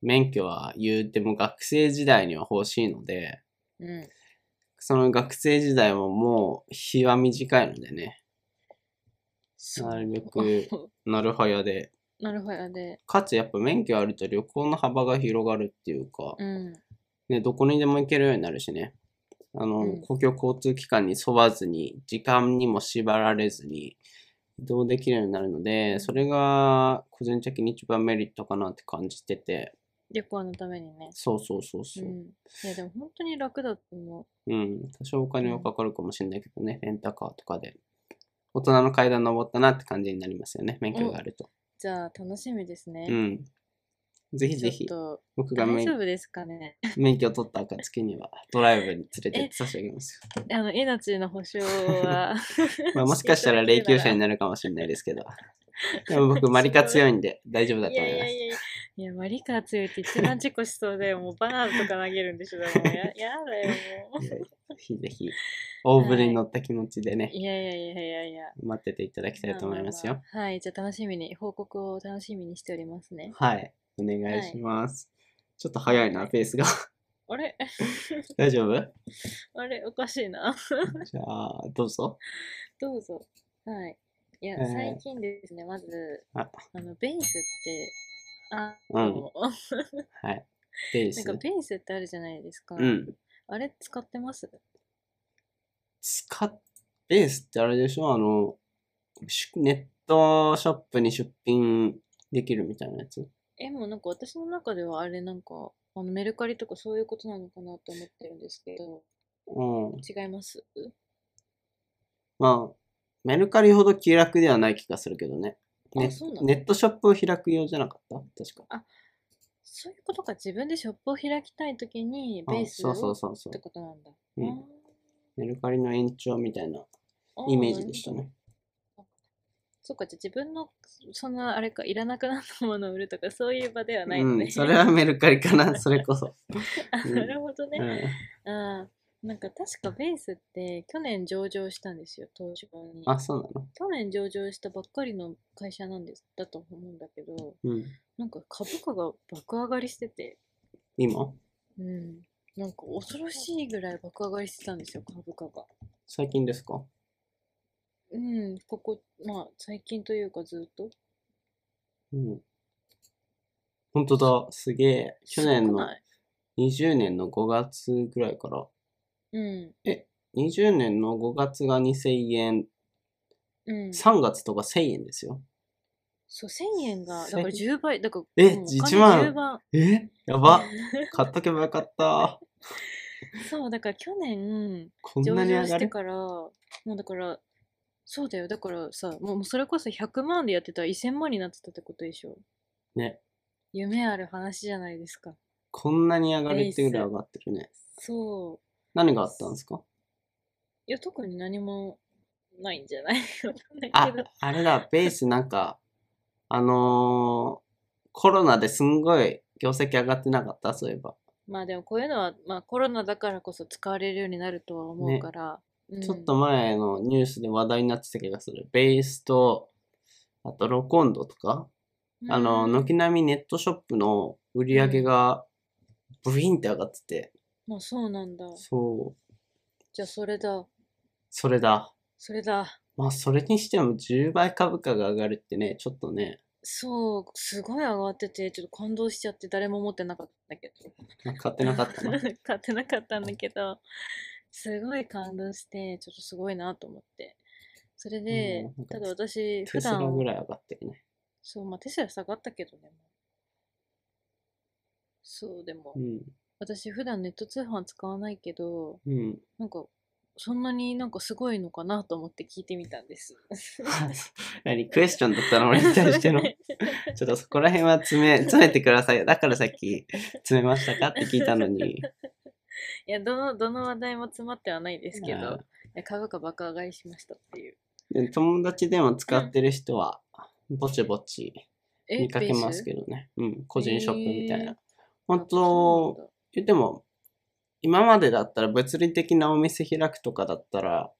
Speaker 1: 免許は言うても学生時代には欲しいので、
Speaker 2: うん。
Speaker 1: その学生時代ももう日は短いのでね、
Speaker 2: そう
Speaker 1: なるべくなるはやで、
Speaker 2: なるほどで。
Speaker 1: かつやっぱ免許あると旅行の幅が広がるっていうか、
Speaker 2: うん。
Speaker 1: ね、どこにでも行けるようになるしね。あの、
Speaker 2: うん
Speaker 1: 公共交通機関に沿わずに、時間にも縛られずに、移動できるようになるので、それが個人的に一番メリットかなって感じてて、
Speaker 2: 旅行のためにね。
Speaker 1: そうそうそう
Speaker 2: う
Speaker 1: そう。うん、
Speaker 2: ん。いや、でも本当に楽だと思
Speaker 1: 多少お金はかかるかもしれないけどね、レンタカーとかで。大人の階段登ったなって感じになりますよね、免許があると。
Speaker 2: う。じゃあ、楽しみですね。
Speaker 1: うん。ぜひぜひ
Speaker 2: ち、ょっ
Speaker 1: 僕
Speaker 2: と、
Speaker 1: が
Speaker 2: 大
Speaker 1: 免
Speaker 2: 丈夫ですかね。
Speaker 1: 免許取った暁には、ドライブに連れてって差し上げますよ。。
Speaker 2: あの、命の保証は
Speaker 1: まあ、もしかしたら霊柩車になるかもしれないですけ ど。でも僕、マリカ強いんで大丈夫だ
Speaker 2: い
Speaker 1: と思
Speaker 2: やい
Speaker 1: いま
Speaker 2: や
Speaker 1: す。
Speaker 2: いやいや。いや、マリカー強いって一番事故しそうだよ。もうバナナとか投げるんでしょ。でも ややだよ、もう。
Speaker 1: ぜひぜひ、大船に乗った気持ちでね、
Speaker 2: いやいやいやいやいや。
Speaker 1: 待ってていただきたいと思いますよ。
Speaker 2: あああはい、じゃあ楽しみに、報告を楽しみにしておりますね。
Speaker 1: はい。お願いします。ちょっと早いな、ペースが。
Speaker 2: あれ
Speaker 1: 大丈夫
Speaker 2: あれおかしいな。
Speaker 1: じゃあ、どうぞ。
Speaker 2: どうぞ。はい。いや、
Speaker 1: えー
Speaker 2: 最近ですね、まず、
Speaker 1: あ
Speaker 2: あの、ベースって、あ、
Speaker 1: うん
Speaker 2: の
Speaker 1: はい。ペー
Speaker 2: なん
Speaker 1: ス
Speaker 2: か。ベースってあるじゃないですか。
Speaker 1: うん。
Speaker 2: あれ使ってます
Speaker 1: 使っ、ベースってあれでしょあの、しネットショップに出品できるみたいなやつ。
Speaker 2: え、もうなんか私の中ではあれなんか、あのメルカリとかそういうことなのかなって思ってるんですけど、
Speaker 1: うん。
Speaker 2: 違います
Speaker 1: まあ、メルカリほど気楽ではない気がするけどね。
Speaker 2: あ
Speaker 1: ね
Speaker 2: そうなの
Speaker 1: ネットショップを開くようじゃなかった確か。
Speaker 2: そういうことか、自分でショップを開きたいときに、ベ
Speaker 1: あ
Speaker 2: ース
Speaker 1: そうそう
Speaker 2: をっ
Speaker 1: そうそ
Speaker 2: て
Speaker 1: う、
Speaker 2: ことなんだ。
Speaker 1: うん。メルカリの延長みたいな
Speaker 2: あ
Speaker 1: イメージでした。
Speaker 2: あーなるほど
Speaker 1: ね。
Speaker 2: そうか、じゃあ自分の、そんなあれか、いらなくなったものを売るとか、そういう場ではないの
Speaker 1: う
Speaker 2: ね。
Speaker 1: ん、それはメルカリかな、それこそ。
Speaker 2: あ
Speaker 1: うん
Speaker 2: なるほど
Speaker 1: う
Speaker 2: ね。
Speaker 1: ん、
Speaker 2: あーなんか確かベースって去年上場したんですよ、東芝に。
Speaker 1: あ、そうなの
Speaker 2: 去年上場したばっかりの会社なんです、だと思うんだけど、
Speaker 1: うん。
Speaker 2: なんか株価が爆上がりしてて、
Speaker 1: 今
Speaker 2: うん。なんか恐ろしいぐらい爆上がりしてたんですよ、株価が。
Speaker 1: 最近ですか
Speaker 2: うん、ここ、まあ最近というかずっと。
Speaker 1: うん。本当だ、すげえ。去
Speaker 2: す
Speaker 1: 年
Speaker 2: ごく
Speaker 1: の
Speaker 2: ない
Speaker 1: 20年の5月ぐらいから、
Speaker 2: うん。
Speaker 1: 20年の5月が2000円、
Speaker 2: うん。
Speaker 1: 3月とか1000円ですよ。
Speaker 2: そう、1000円が、だ
Speaker 1: 千
Speaker 2: から10倍、だから、
Speaker 1: え
Speaker 2: うんお
Speaker 1: じ
Speaker 2: 金
Speaker 1: 1万
Speaker 2: 10倍。
Speaker 1: えやば買っとけばよかった。
Speaker 2: そう、だから去年、
Speaker 1: こん
Speaker 2: 上
Speaker 1: なに
Speaker 2: 場
Speaker 1: 上
Speaker 2: し
Speaker 1: が
Speaker 2: て
Speaker 1: る
Speaker 2: から、もうだから、そうだよ、だからさ、もうもうそれこそ100万でやってたら1000万になってたってことでしょ。
Speaker 1: ね。
Speaker 2: 夢ある話じゃないですか。
Speaker 1: こんなに上がるってぐらい上がってるね。
Speaker 2: そう。
Speaker 1: 何があったんですか
Speaker 2: いや、特に何もないんじゃない わかんない
Speaker 1: あ
Speaker 2: けど。、
Speaker 1: あれだ、ベースなんか、あのー、コロナですんごい業績上がってなかった、そういえば。
Speaker 2: まあでもこういうのは、まあコロナだからこそ使われるようになるとは思うから。うん
Speaker 1: ちょっと前のニュースで話題になってた気がする。ベースと、あとロコンドとか、あの、
Speaker 2: うん
Speaker 1: 軒並みネットショップの売り上げがブイーンって上がってて、
Speaker 2: まあそうなんだ。
Speaker 1: そう、
Speaker 2: じゃあそれだ。
Speaker 1: それだ。
Speaker 2: それだ。
Speaker 1: まあ、それにしても10倍株価が上がるってね、ちょっとね、
Speaker 2: そう、すごい上がってて、ちょっと感動しちゃって、誰も持ってなかったんだけど。
Speaker 1: まあ買ってなか ったな。
Speaker 2: 買ってなかったんだけど、すごい感動して、ちょっとすごいなと思って。それで、
Speaker 1: うん
Speaker 2: ただ私、
Speaker 1: テ
Speaker 2: 普
Speaker 1: スラ
Speaker 2: 段
Speaker 1: ぐ、らい上がってるね。
Speaker 2: そう、まあテスラ下がったけどね。そう、でも
Speaker 1: う、ん。
Speaker 2: 私普段ネット通販使わないけど、
Speaker 1: うん。
Speaker 2: なんか、そんなになんかすごいのかなと思って聞いてみたんです。
Speaker 1: 何クエスチョンだったの俺に対して の。ちょっとそこら辺は詰め、詰めてくださいよ。だからさっき、詰めましたかって聞いたのに。
Speaker 2: いや、どの、どの話題も詰まってはないですけ
Speaker 1: あ
Speaker 2: ど、
Speaker 1: ー
Speaker 2: いや株価爆上がりしましたっていう。
Speaker 1: で友達でも使ってる人は、ぼちぼち
Speaker 2: え
Speaker 1: 見かけます
Speaker 2: ど。
Speaker 1: けどね。うん、個人ショップみたい
Speaker 2: へ
Speaker 1: な
Speaker 2: ー。
Speaker 1: 本当、えでも、今までだったら物理的なお店開くとかだったら、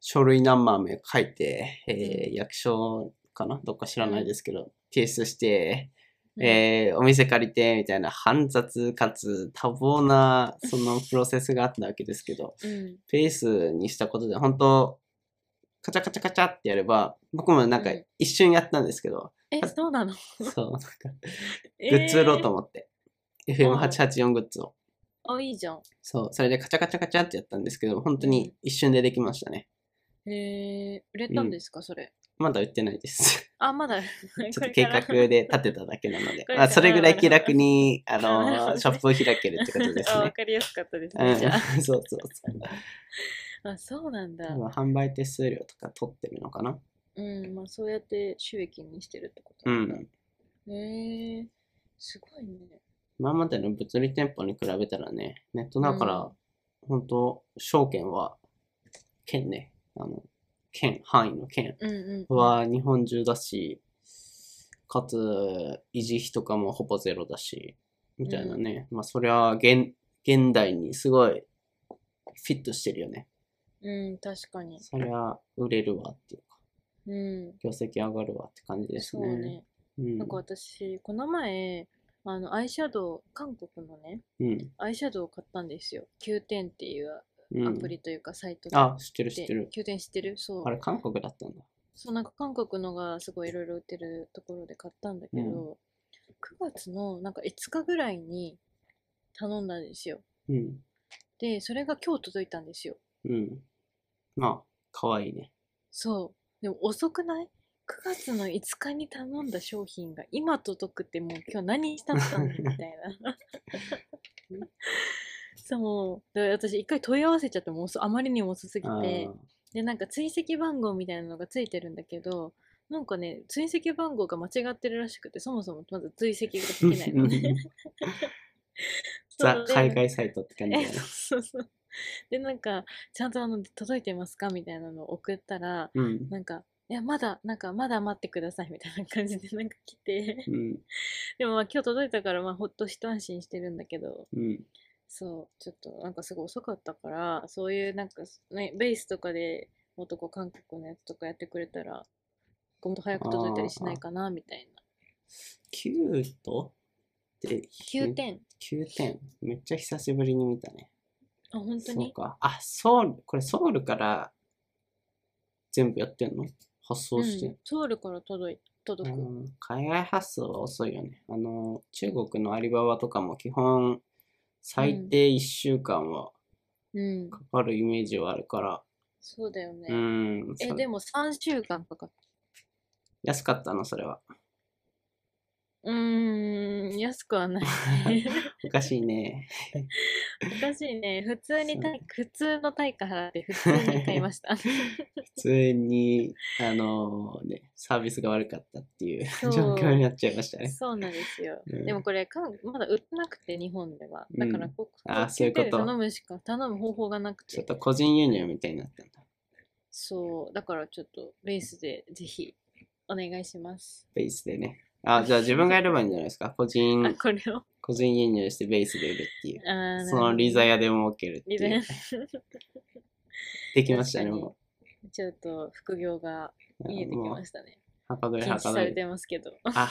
Speaker 1: 書類ナンバー名書いて、えー役所かなどっか知らないですけど、提出して、
Speaker 2: ベースなんだ
Speaker 1: えーお店借りて、みたいな、煩雑かつ多忙な、そのプロセスがあったわけですけど、
Speaker 2: うんうん
Speaker 1: フェイスにしたことで、本当カチャカチャカチャってやれば、僕もなんか
Speaker 2: うん
Speaker 1: 一瞬やったんですけど、
Speaker 2: え、そうなの
Speaker 1: そう、なんか、グッズ売ろうと思って、FM884 グッズを。
Speaker 2: えーあ、いいじゃん。
Speaker 1: そう、それでカチャカチャカチャってやったんですけど、本当に一瞬でできましたね。
Speaker 2: えー、売れたんですか、それ。
Speaker 1: まだ売ってない です。
Speaker 2: あ、まだ。
Speaker 1: ち
Speaker 2: ち
Speaker 1: ょっと計画で立てただけなので、
Speaker 2: これから
Speaker 1: まあ、それぐらい気楽 に、あ
Speaker 2: なるほど
Speaker 1: の、
Speaker 2: ね
Speaker 1: ショップを開けるってことです
Speaker 2: あ、わ
Speaker 1: ね。
Speaker 2: かりやすかったです
Speaker 1: うん、
Speaker 2: ね。じ
Speaker 1: そう
Speaker 2: ゃ
Speaker 1: そうそう。
Speaker 2: あ、あ、そうなんだ。
Speaker 1: 今販売手数料とか取ってるのかな
Speaker 2: うん、まあそうやって収益にしてるってこと
Speaker 1: う
Speaker 2: なんだ。
Speaker 1: ん。
Speaker 2: へえすごいね。
Speaker 1: 今までの物理店舗に比べたらね、ネットだから、本当証券は、県ね、あの、県、範囲の県
Speaker 2: うんうん。
Speaker 1: は日本中だし、かつ、維持費とかもほぼゼロだし、みたいなね。まあ、それは現、現代にすごいフィットしてるよね。
Speaker 2: うん、確かに。
Speaker 1: そりゃ、売れるわっていうか、
Speaker 2: うん。
Speaker 1: 業績上がるわって感じです
Speaker 2: そう
Speaker 1: ね。
Speaker 2: ね。
Speaker 1: うん。
Speaker 2: なんか私、この前、あの、アイシャドウ、韓国のね、
Speaker 1: うん。
Speaker 2: アイシャドウを買ったんですよ。Q10 っていう
Speaker 1: うん
Speaker 2: アプリというか、サイトで。
Speaker 1: あ、知ってる知ってる。
Speaker 2: Q10 知ってるそう
Speaker 1: あ。れ、韓国だったんだ。
Speaker 2: そう、なんか韓国のがすごいいろいろ売ってるところで買ったんだけど、9月のなんか5日ぐらいに頼んだんですよ。
Speaker 1: うん。
Speaker 2: で、それが今日届いたんですよ。
Speaker 1: うん。まあ、可愛いね。
Speaker 2: そう。でも遅くない ?9 月の5日に頼んだ商品が今届くってもう今日何したんだみたいな。 そう。で私一回問い合わせちゃってもう遅あまりにも遅すぎ
Speaker 1: あ
Speaker 2: て
Speaker 1: ー。
Speaker 2: で、なんか追跡番号みたいなのがついてるんだけど、なんかね、追跡番号が間違ってるらしくて、そもそもまず追跡ができな い のね。
Speaker 1: ザ・
Speaker 2: そう
Speaker 1: 海外サイトって感じだ
Speaker 2: え、
Speaker 1: ね。
Speaker 2: そうそうそう。で、なんか、ちゃんとあの、届いてますかみたいなのを送ったら、
Speaker 1: うん。
Speaker 2: なんか、いや、まだ、なんか、まだ待ってくださいみたいな感じで、なんか来て、
Speaker 1: うん。
Speaker 2: でもまあ、今日届いたから、まあ、ほっと一安心してるんだけど、
Speaker 1: うん。
Speaker 2: そう、ちょっと、なんかすごい遅かったから、そういう、なんか、ね、ベースとかで、もっとこう、韓国のやつとかやってくれたら、もっと早く届いたりしないかな、みたいな。
Speaker 1: キュートって、
Speaker 2: 9。点。
Speaker 1: 9点。めっちゃ久しぶりに見たね。
Speaker 2: あ、本当
Speaker 1: そう
Speaker 2: に
Speaker 1: か。あ、ソウル、これソウルから全部やってんの発送
Speaker 2: う
Speaker 1: して
Speaker 2: ん。。ソウルから届い、届く。
Speaker 1: うん海外発送は遅いよね。あの、中国のアリババとかも基本、最低1週間は
Speaker 2: うん。
Speaker 1: かかるイメージはあるから、
Speaker 2: そうだよ
Speaker 1: う
Speaker 2: ね。
Speaker 1: ん、
Speaker 2: え、
Speaker 1: そ
Speaker 2: でも3週間かかった。
Speaker 1: 安かったの、それは。
Speaker 2: うーん、安くはない ね。
Speaker 1: おかしい ね。
Speaker 2: おかしいね。普通に
Speaker 1: そう
Speaker 2: 対普通の対価払って普通に買い ました。
Speaker 1: 普通に、あのね、サービスが悪かったっていう
Speaker 2: そう
Speaker 1: 状況になっちゃいましたね。
Speaker 2: そうなんですよ。
Speaker 1: うん
Speaker 2: でもこれかまだ売ってなくて日本では。だから
Speaker 1: うん
Speaker 2: こ
Speaker 1: あーそういうこと
Speaker 2: で頼むしか頼む方法がなく。
Speaker 1: ちょってと個人輸入みたいになったんだ。
Speaker 2: そうだからちょっとベースでぜひお願いします。
Speaker 1: ベースでね。あ、じゃあ自分がやればいいんじゃないですか。個人
Speaker 2: あ、これを。
Speaker 1: 個人輸入してベースで売るっていう。
Speaker 2: あー
Speaker 1: そのリザ。ヤで儲けるってい
Speaker 2: リ
Speaker 1: う。
Speaker 2: ザヤ。
Speaker 1: できましたね、
Speaker 2: 確かに
Speaker 1: も
Speaker 2: ちょっと副業が
Speaker 1: う。
Speaker 2: 見えてき
Speaker 1: も
Speaker 2: ま
Speaker 1: う、
Speaker 2: したね。
Speaker 1: はかどり
Speaker 2: 禁
Speaker 1: はか
Speaker 2: 止さ
Speaker 1: ど
Speaker 2: れ
Speaker 1: り。
Speaker 2: てますけど。
Speaker 1: あ、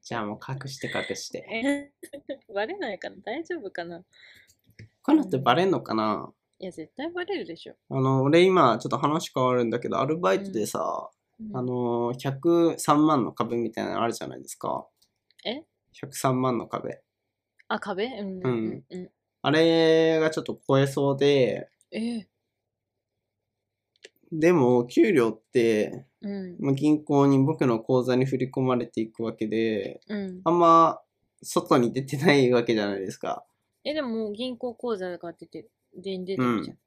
Speaker 1: じゃあもう隠して隠して。
Speaker 2: え バレないかな大丈夫かな
Speaker 1: こういうのってバレんのかない
Speaker 2: や、絶対バレるでしょ。
Speaker 1: あの、俺今、ちょっと話変わるんだけど、アルバイトでさ、
Speaker 2: うん
Speaker 1: あの、103万の壁みたいなのあるじゃないですか。
Speaker 2: え
Speaker 1: ?103 万の壁。
Speaker 2: あ、壁うん
Speaker 1: う
Speaker 2: うんんうんうん。
Speaker 1: あれがちょっと超えそうで、
Speaker 2: え
Speaker 1: でも、給料って、
Speaker 2: ー、うん
Speaker 1: まあ、銀行に僕の口座に振り込まれていくわけで、
Speaker 2: うん。
Speaker 1: あんま外に出てないわけじゃないですか。
Speaker 2: え、でももう銀行口座が出てる、で出てるじゃん。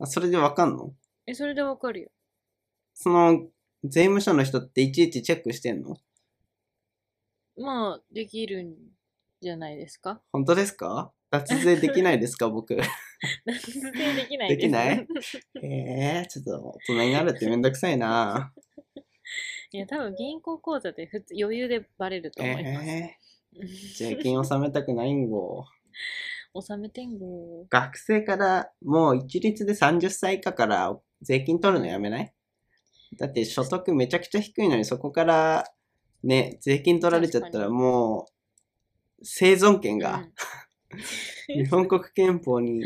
Speaker 1: あそれでわかんの
Speaker 2: え、それでわかるよ。
Speaker 1: その、税務署の人っていちいちチェックしてんの
Speaker 2: まあ、できるんじゃないで すか。
Speaker 1: 本当ですか脱税できないですか僕。え
Speaker 2: 脱税できない
Speaker 1: できない
Speaker 2: す
Speaker 1: えー、ちょっと大人になるってめんどくさい な。
Speaker 2: いや、多分銀行口座で普通余裕でバレると思います。
Speaker 1: えー、税金納めたくないんご。
Speaker 2: 納めてんご
Speaker 1: 学生からもう一律で30歳以下から税金取るのやめないだって所得めちゃくちゃ低いのにそこからね、税金取られちゃったらもう生存権が、
Speaker 2: うん
Speaker 1: 日本国憲法 に、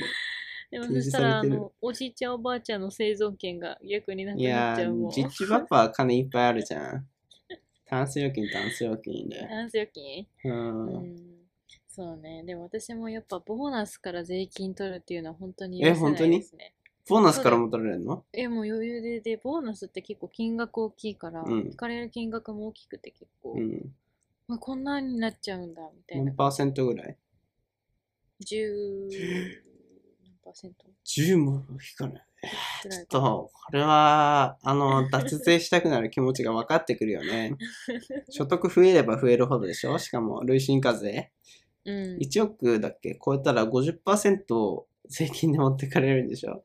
Speaker 2: で
Speaker 1: 提
Speaker 2: もそ
Speaker 1: 示
Speaker 2: し
Speaker 1: さ
Speaker 2: た
Speaker 1: れてる
Speaker 2: らあのおじいちゃんおばあちゃんの生存権が逆になく
Speaker 1: い
Speaker 2: な
Speaker 1: や
Speaker 2: っちゃうも
Speaker 1: ー、
Speaker 2: う
Speaker 1: 実地バッファー金いっぱいあるじゃん。タンス預金、タンス預金で。
Speaker 2: なんすよき
Speaker 1: う。
Speaker 2: うんんそうねでも私もやっぱボーナスから税金取るっていうのは本当に
Speaker 1: え
Speaker 2: 許せないですね
Speaker 1: ボーナスからも取れるの
Speaker 2: えもう余裕ででボーナスって結構金額大きいから、
Speaker 1: うん
Speaker 2: 引かれる金額も大きくて結構、
Speaker 1: うん。
Speaker 2: まあ、こんなになっちゃうんだみたいな
Speaker 1: 何パーセントぐらい
Speaker 2: 10何パーセント
Speaker 1: ?10 も引かない。
Speaker 2: ぐらいかな
Speaker 1: と、これは、あの、脱税したくなる気持ちが分かってくるよ ね。所得増えれば増えるほどでしょしかも、累進課税。
Speaker 2: うん
Speaker 1: 1億だっけ超えたら50%税金で持ってかれるんでしょ、
Speaker 2: うん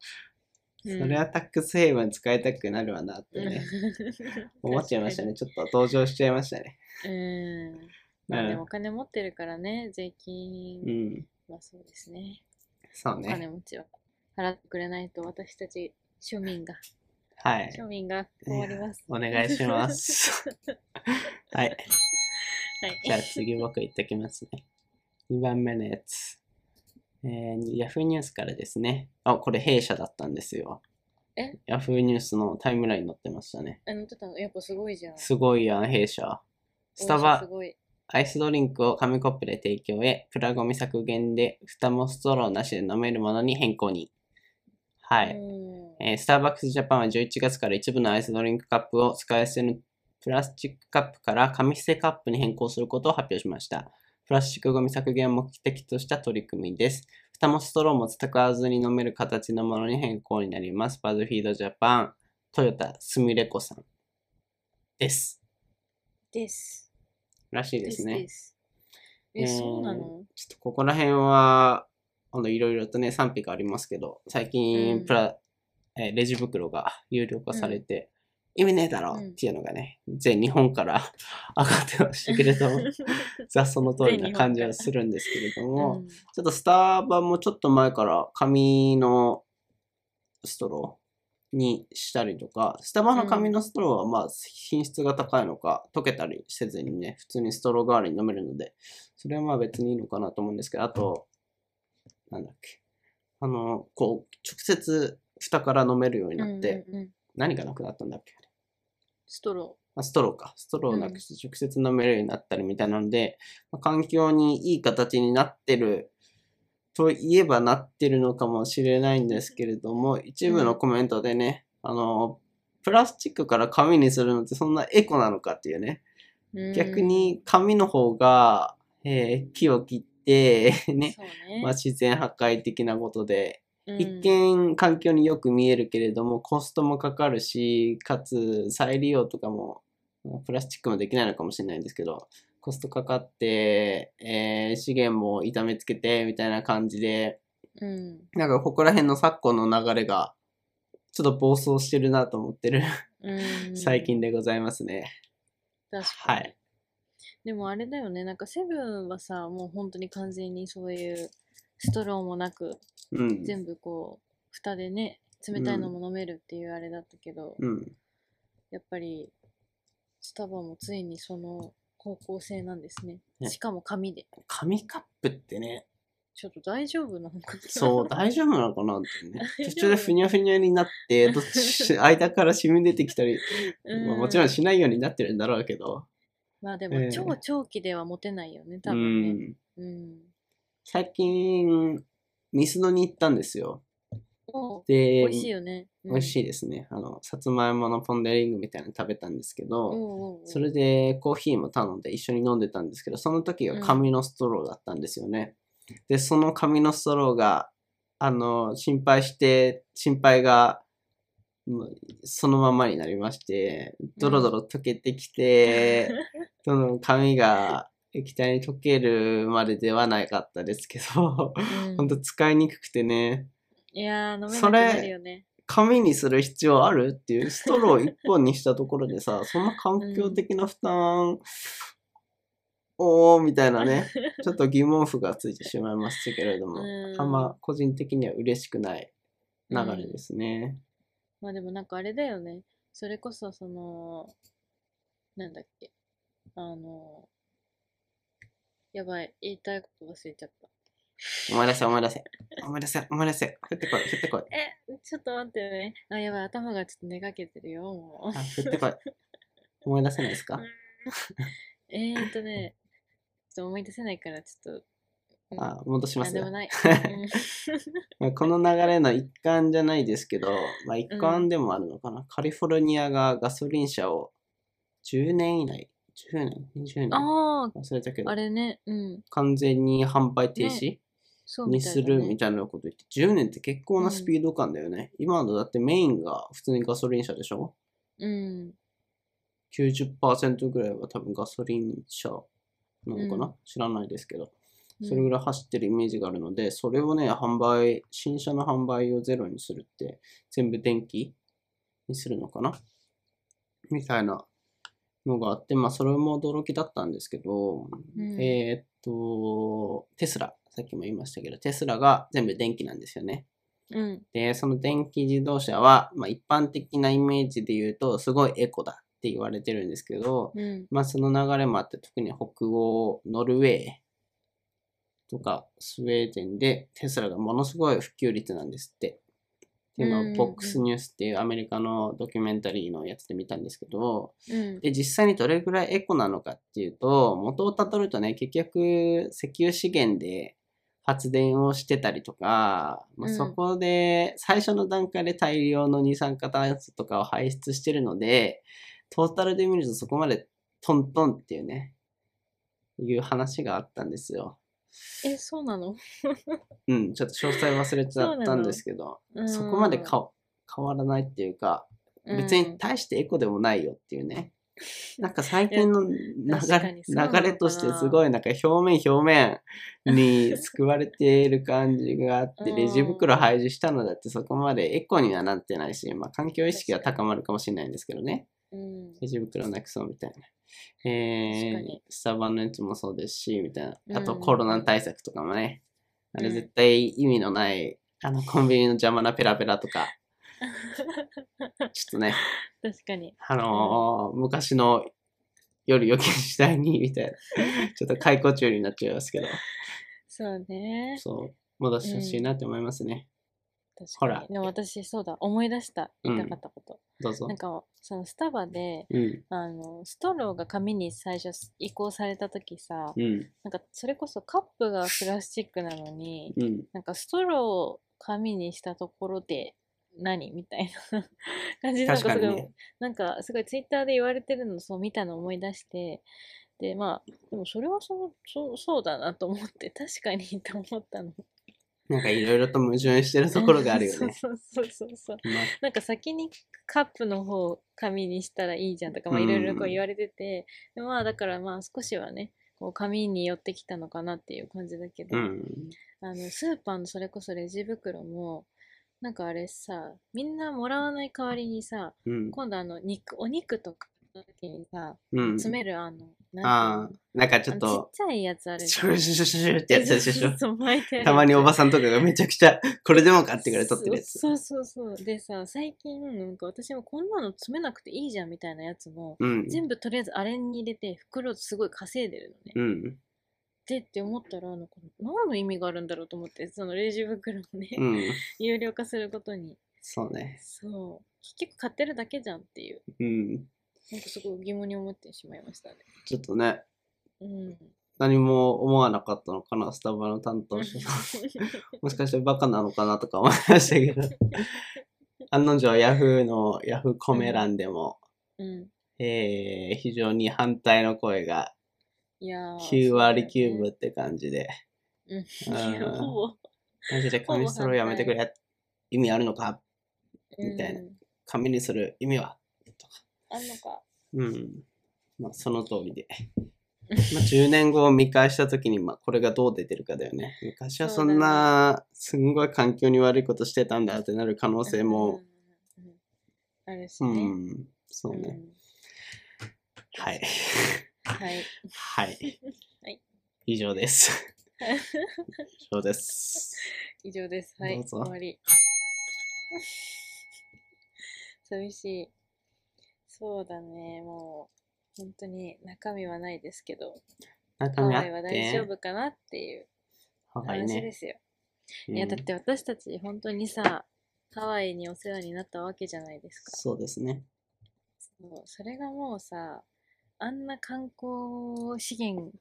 Speaker 1: それはタックスヘイブン使いたくなるわなってね、思っちゃいま したね。ちょっと登場しちゃいましたね。
Speaker 2: うん。まあでもお金持ってるからね、税金、
Speaker 1: うん。
Speaker 2: まあそうですね。
Speaker 1: そう
Speaker 2: お金
Speaker 1: ね。
Speaker 2: 持ちは払ってくれないと私たち庶民が、
Speaker 1: はい。
Speaker 2: 庶民が困ります。
Speaker 1: お願いし ます。はい。
Speaker 2: はい。
Speaker 1: じゃあ次僕行ってきますね。2番目のやつ。えー、ヤフーニュースからですね。あ、これ弊社だったんですよ。
Speaker 2: え
Speaker 1: ヤフーニュースのタイムラインに載ってましたね。
Speaker 2: あの、ちょっとやっぱすごいじゃん。
Speaker 1: すごいやん、弊社。スタバ
Speaker 2: す、ごい。
Speaker 1: アイスドリンクを紙コップで提供へ、プラゴミ削減で、蓋もストローなしで飲めるものに変更に。は。
Speaker 2: はいうん。
Speaker 1: えースターバックスジャパンは11月から一部のアイスドリンクカップを使い捨てのプラスチックカップから紙製カップに変更することを発表しました。プラスチックゴミ削減を目的とした取り組みです。蓋もストローも使わずに飲める形のものに変更になります。バズフィードジャパン、トヨタ、スミレコさんです。
Speaker 2: です。
Speaker 1: らしいですね。
Speaker 2: す。え、
Speaker 1: えー
Speaker 2: そうなの
Speaker 1: ちょっとここら辺は、あの、いろいろとね、賛否がありますけど、最
Speaker 2: う
Speaker 1: 近、
Speaker 2: ん
Speaker 1: プラ、えーレジ袋が有料化されて、意味ねえだろっていうのがね、全日本から 上がってましたけ れども、雑草の通りな感じはするんですけれど も、
Speaker 2: うん
Speaker 1: ちょっとスタバもちょっと前から紙のストローにしたりとか、スタバの紙のストローはまあ品質が高いのか、溶けたりせずにね、普通にストロー代わりに飲めるので、それはまあ別にいいのかなと思うんですけど、あと、なんだっけ、あの、こう、直接蓋から飲めるようになって、
Speaker 2: うんうんうん
Speaker 1: 何がなくなったんだっけ
Speaker 2: ストロ
Speaker 1: まあ、ストローか。ストローな
Speaker 2: うん
Speaker 1: くして直接飲めるようになったりみたいなので、まあ環境にいい形になってるといえばなってるのかもしれないんですけれども、一部のコメントでね、あの、プラスチックから紙にするのってそんなエコなのかっていうね。
Speaker 2: ー。うん
Speaker 1: 逆、に紙の方が、えー木を切って、ね、
Speaker 2: そうね
Speaker 1: まあ、自然破壊的なことで
Speaker 2: うん
Speaker 1: 一見環境によく見えるけれどもコストもかかるしかつ再利用とかもプラスチックもできないのかもしれないんですけどコストかかって、えー資源も痛めつけてみたいな感じで
Speaker 2: うん。
Speaker 1: なんかここら辺の昨今の流れがちょっと暴走してるなと思ってる
Speaker 2: う ん
Speaker 1: 最近でございますね、
Speaker 2: 確か
Speaker 1: は
Speaker 2: に
Speaker 1: い
Speaker 2: でもあれだよね、なんかセブンはさ、もう本当に完全にそういうストローもなく、
Speaker 1: うん
Speaker 2: 全部こう、蓋でね、冷たいのも飲めるっていうあれだったけど、
Speaker 1: うん
Speaker 2: やっぱりスタバもついにその方向性なんですね。
Speaker 1: ね
Speaker 2: しかも紙で。
Speaker 1: 紙カップってね
Speaker 2: ちょっと大丈夫なのかな
Speaker 1: そう、大丈夫なのかなってね
Speaker 2: 。大丈夫
Speaker 1: 途中でふにゃふにゃにな って、どっち、間から染み出てきたり、
Speaker 2: うん
Speaker 1: まあもちろんしないようになってるんだろうけど、
Speaker 2: まあで
Speaker 1: ええ
Speaker 2: も超長期では持てないよね、多
Speaker 1: う
Speaker 2: 分ね。
Speaker 1: ん。
Speaker 2: うん。
Speaker 1: 最近、ミスドに行ったんですよ。
Speaker 2: お
Speaker 1: で、
Speaker 2: 美味しいよね。
Speaker 1: 美味し
Speaker 2: い。
Speaker 1: いですね。あの、さつまいものポンデリングみたいなの食べたんですけ
Speaker 2: おう
Speaker 1: ど、
Speaker 2: おうおう
Speaker 1: それでコーヒーも頼んで一緒に飲んでたんですけど、その時が紙のストローだったんですよね。で、その紙のストローが、あの、心配して、心配が、もうそのままになりまして、ドロドロ溶けてきて、どんどん髪が液体に溶けるまでではなかったですけど、
Speaker 2: うん
Speaker 1: ほんと使いにくくてね、
Speaker 2: いやー飲めな
Speaker 1: そ
Speaker 2: く
Speaker 1: れ
Speaker 2: なるよね。
Speaker 1: 紙にする必要あるっていう、ストロー1本にしたところで さ、そんな環境的な負担、おーみたいなね、ちょっと疑問符がついてしまいましたけれども、
Speaker 2: うん
Speaker 1: あんま個人的には嬉しくない流れですね。
Speaker 2: まあでもなんかあれだよね。それこそその、なんだっけ。あの、やばい、言いたいこと忘れちゃった。
Speaker 1: 思い出せ思い出せ。思い出せ思い出せ。降ってこい降ってこい。
Speaker 2: え、ちょっと待ってね。あ、やばい、頭がちょっと寝かけてるよ、も
Speaker 1: あ降ってこ い。思い出せないですか
Speaker 2: う。えーっとね、 ちょっと思い出せないから、ちょっと。うん
Speaker 1: あ、戻しま
Speaker 2: なん
Speaker 1: す
Speaker 2: で
Speaker 1: よ
Speaker 2: も。ない。
Speaker 1: まあこの流れの一環じゃないですけど、まあ、一環でもあるのかな、カリフォルニアがガソリン車を10年以内、10年、20
Speaker 2: うん
Speaker 1: 年、
Speaker 2: あ
Speaker 1: 忘れたけ
Speaker 2: あ、
Speaker 1: ど
Speaker 2: あ、れね、うん。
Speaker 1: 完全に販売停止、
Speaker 2: そう
Speaker 1: に
Speaker 2: みた
Speaker 1: す
Speaker 2: いだ
Speaker 1: るみ
Speaker 2: ね。
Speaker 1: たいなこと言って、10年って結構なスピード感だよね。今のだってメインが普通にガソリン車でしょ
Speaker 2: うん。
Speaker 1: 90%ぐらいは多分ガソリン車なのかな、
Speaker 2: う
Speaker 1: 知らないですけど、
Speaker 2: うん
Speaker 1: それぐらい走ってるイメージがあるので、それをね、販売、新車の販売をゼロにするって、全部電気にするのかなみたいなのがあって、まあ、それも驚きだったんですけど、
Speaker 2: うん
Speaker 1: えーっと、テスラ、さっきも言いましたけど、テスラが全部電気なんですよね。
Speaker 2: うん。
Speaker 1: で、その電気自動車は、まあ、一般的なイメージで言うと、すごいエコだって言われてるんですけど、
Speaker 2: うん。
Speaker 1: まあ、その流れもあって、特に北欧、ノルウェーとかスウェーデンでテスラがものすごい普及率なんですって。っていう
Speaker 2: うんう
Speaker 1: の
Speaker 2: んう
Speaker 1: を、
Speaker 2: ん
Speaker 1: ボックスニュースっていうアメリカのドキュメンタリーのやつで見たんですけど、
Speaker 2: うん。
Speaker 1: で、実際にどれぐらいエコなのかっていうと、元をたどるとね、結局、石油資源で発電をしてたりとか、まあ
Speaker 2: うん
Speaker 1: そこで最初の段階で大量の二酸化炭素とかを排出してるので、トータルで見るとそこまでトントンっていうね、いう話があったんですよ。
Speaker 2: え、そうなの
Speaker 1: うん、ちょっと詳細忘れちゃったんですけど、
Speaker 2: うん
Speaker 1: そこまでか変わらないっていうか、別
Speaker 2: うん
Speaker 1: に大してエコでもないよっていうね。なんか最近の流
Speaker 2: 確か
Speaker 1: れ
Speaker 2: にそうなのかな
Speaker 1: 流れとしてすごいなんか表面表面に救われている感じがあって、
Speaker 2: うん
Speaker 1: レジ袋配布したのだってそこまでエコにはなってないし、まあ環境意識は高まるかもしれないんですけどね。
Speaker 2: うん。
Speaker 1: レジ袋なくそうみたいな。え
Speaker 2: 確か
Speaker 1: ー
Speaker 2: に、
Speaker 1: スタバのやつもそうですし、みたいな。あと
Speaker 2: うん
Speaker 1: コロナ対策とかもね。あれ
Speaker 2: うん
Speaker 1: 絶対意味のない、あのコンビニの邪魔なペラペラと か、ちょっとね。
Speaker 2: 確かに。
Speaker 1: あのー昔の夜余計時代にみたいな、ちょっと解雇中になっちゃいますけど、
Speaker 2: そうね。
Speaker 1: そう、戻してほしいなって思いますね。
Speaker 2: 確
Speaker 1: ほ
Speaker 2: からに。でも私、そうだ、思い出した、
Speaker 1: う
Speaker 2: 言
Speaker 1: ん
Speaker 2: いたかったこと。
Speaker 1: どうぞ
Speaker 2: なん。か、そのスタバで、
Speaker 1: うん、
Speaker 2: あの、ストローが紙に最初移行された時さ、
Speaker 1: うん、
Speaker 2: なんか、それこそカップがプラスチックなのに、
Speaker 1: うん。
Speaker 2: なんか、ストローを紙にしたところで、何みたいな感じで、なん
Speaker 1: 確
Speaker 2: か
Speaker 1: か
Speaker 2: すご
Speaker 1: に
Speaker 2: い、
Speaker 1: ね。
Speaker 2: なんか、すごいツイッターで言われてるのをそう見たのを思い出して、で、まあ、でもそれはそのそうそうだなと思って、確かにと思ったの。
Speaker 1: なんかいろいろと矛盾してるところがあるよね。
Speaker 2: そうそうそうそうそう。
Speaker 1: まあ
Speaker 2: なんか先にカップの方を紙にしたらいいじゃんとか、まあ、
Speaker 1: うん
Speaker 2: いろいろこう言われてて、でまあだからまあ少しはねこう紙に寄ってきたのかなっていう感じだけど、
Speaker 1: うん、
Speaker 2: あのスーパーのそれこそレジ袋もなんかあれさみんなもらわない代わりにさ
Speaker 1: うん、
Speaker 2: 今度あの肉お肉とかの時にさ
Speaker 1: うん。
Speaker 2: 詰めるあの、な
Speaker 1: あ
Speaker 2: んていうの
Speaker 1: あ、なんかちょ
Speaker 2: あ
Speaker 1: っ
Speaker 2: のちっ
Speaker 1: と、
Speaker 2: ちゃいやつあるじ
Speaker 1: シ
Speaker 2: ゃん
Speaker 1: ュシュシュシュシュってやつでし
Speaker 2: そ
Speaker 1: ょ
Speaker 2: う。そう巻いてある
Speaker 1: たまにおば
Speaker 2: さ
Speaker 1: さんとかがめちゃくちゃ、これでもかってぐらい取ってるやつ。
Speaker 2: そうそうそうそうでさ最近なんか私もこんなの詰めなくていいじゃんみたいなやつも
Speaker 1: うん、
Speaker 2: 全部とりあえずあれに入れて袋すごい稼いでるのね。
Speaker 1: うん、
Speaker 2: でって思ったらなんか何の意味があるんだろうと思ってそのレジ袋をね、
Speaker 1: うん。
Speaker 2: 有料化することに
Speaker 1: そうね。
Speaker 2: そう結局買ってるだけじゃんっていう
Speaker 1: うん。
Speaker 2: なんかすごい疑問に思ってしまいましたね。
Speaker 1: ちょっとね、
Speaker 2: うん、
Speaker 1: 何も思わなかったのかな、スタバの担当 者が。もしかしてバカなのかなとか思いましたけど。案の定、ヤフーのヤフコメ欄でも、
Speaker 2: うん、
Speaker 1: えー、非常に反対の声が
Speaker 2: いやー
Speaker 1: 9割9
Speaker 2: そうだ
Speaker 1: 分って感じで、
Speaker 2: よねうん、いや
Speaker 1: うん
Speaker 2: ほぼ
Speaker 1: マジで紙ストローやめてくれ。意味あるのかみたいな
Speaker 2: うん
Speaker 1: 紙にする意味はとか。
Speaker 2: あんのか。
Speaker 1: うん。まあ、その通りで。 まあ、10年後を見返した時に、まあ、これがどう出てるかだよね。昔はそんな、すんごい環境に悪いことしてたんだってなる可能性も、
Speaker 2: うん。うんあるし
Speaker 1: う
Speaker 2: ね。
Speaker 1: ん、そうね。
Speaker 2: ん
Speaker 1: はい。
Speaker 2: はい。
Speaker 1: はい
Speaker 2: はい。
Speaker 1: 以上です。 以上です。
Speaker 2: 以上です。は
Speaker 1: ど
Speaker 2: い。
Speaker 1: うぞ
Speaker 2: 終わり。寂しい。そうだね。もう、本当に中身はないですけど、
Speaker 1: 中
Speaker 2: ハ
Speaker 1: 身あ
Speaker 2: ワ
Speaker 1: っ
Speaker 2: イは大丈
Speaker 1: て、
Speaker 2: 夫かなっていう
Speaker 1: ハワイ
Speaker 2: 話
Speaker 1: ね
Speaker 2: で。すよ。
Speaker 1: うん
Speaker 2: いや、だって私たち本当にさ、ハワイにお世話になったわけじゃないですか。
Speaker 1: そうですね。
Speaker 2: そうそれがもうさ、あんな観光資源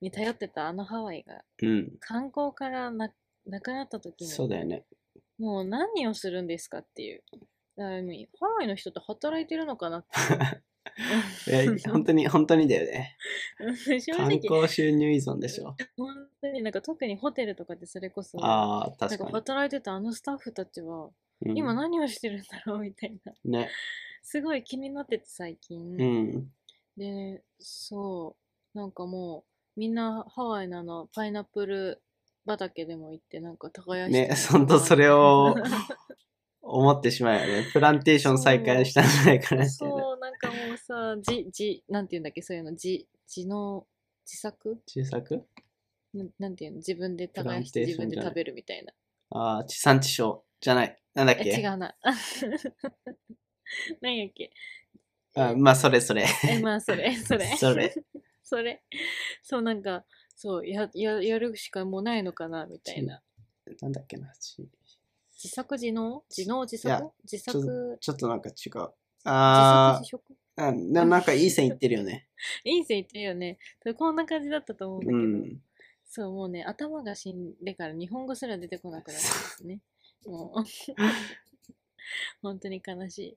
Speaker 2: に頼ってたあのハワイが
Speaker 1: うん。
Speaker 2: 観光からな、なくなった時
Speaker 1: そう
Speaker 2: に
Speaker 1: だよね。
Speaker 2: もう何をするんですかっていう。だからもうハワイの人って働いてるのかなって
Speaker 1: え 本当に、本当にだよね。
Speaker 2: 正
Speaker 1: 観
Speaker 2: 直
Speaker 1: 光収入依存でしょ。
Speaker 2: 本当になんか特にホテルとかでそれこそなん
Speaker 1: ああ、確か
Speaker 2: か
Speaker 1: に。
Speaker 2: 働いてたあのスタッフたちは
Speaker 1: うん
Speaker 2: 今何をしてるんだろうみたいな
Speaker 1: ね。
Speaker 2: すごい気になってて最近、
Speaker 1: うん。
Speaker 2: でそうなんかもうみんなハワイのあのパイナップル畑でも行ってなんか耕して
Speaker 1: ね、
Speaker 2: る
Speaker 1: ほんとそれ を思ってしまうよね。プランテーション再開したんじゃないかなって、ね。
Speaker 2: そうなんかもうさじじなんていうんだっけそういうの自自の自作
Speaker 1: 小さく
Speaker 2: なんなんていうの自分で
Speaker 1: プラン
Speaker 2: 耕して
Speaker 1: テーショ
Speaker 2: 自
Speaker 1: ン
Speaker 2: 分
Speaker 1: じ
Speaker 2: で
Speaker 1: ゃない
Speaker 2: 食べるみたいな。
Speaker 1: ああ、地産地消じゃない。なんだっ
Speaker 2: え、違
Speaker 1: け
Speaker 2: うな。 何やっけ
Speaker 1: あまあ、それそれ。
Speaker 2: え、まあ、それ、それ。
Speaker 1: それ。
Speaker 2: それ。そう、なんか、そう、や、や、やるしかもうないのかな、みたいな。
Speaker 1: なんだっけな。ち
Speaker 2: 自作自能自能自
Speaker 1: いや
Speaker 2: 作自
Speaker 1: ょっと
Speaker 2: 作、
Speaker 1: ちょっとなんか違う。
Speaker 2: 自作
Speaker 1: あ
Speaker 2: 自食
Speaker 1: あ、あななんかいい線いってるよね。
Speaker 2: いい線言ってるよね。そうこんな感じだったと思うんだ
Speaker 1: う
Speaker 2: けど。
Speaker 1: ん。
Speaker 2: そう、もうね、頭が死んでから日本語すら出てこなくなったんですね。もう、本当に悲しい。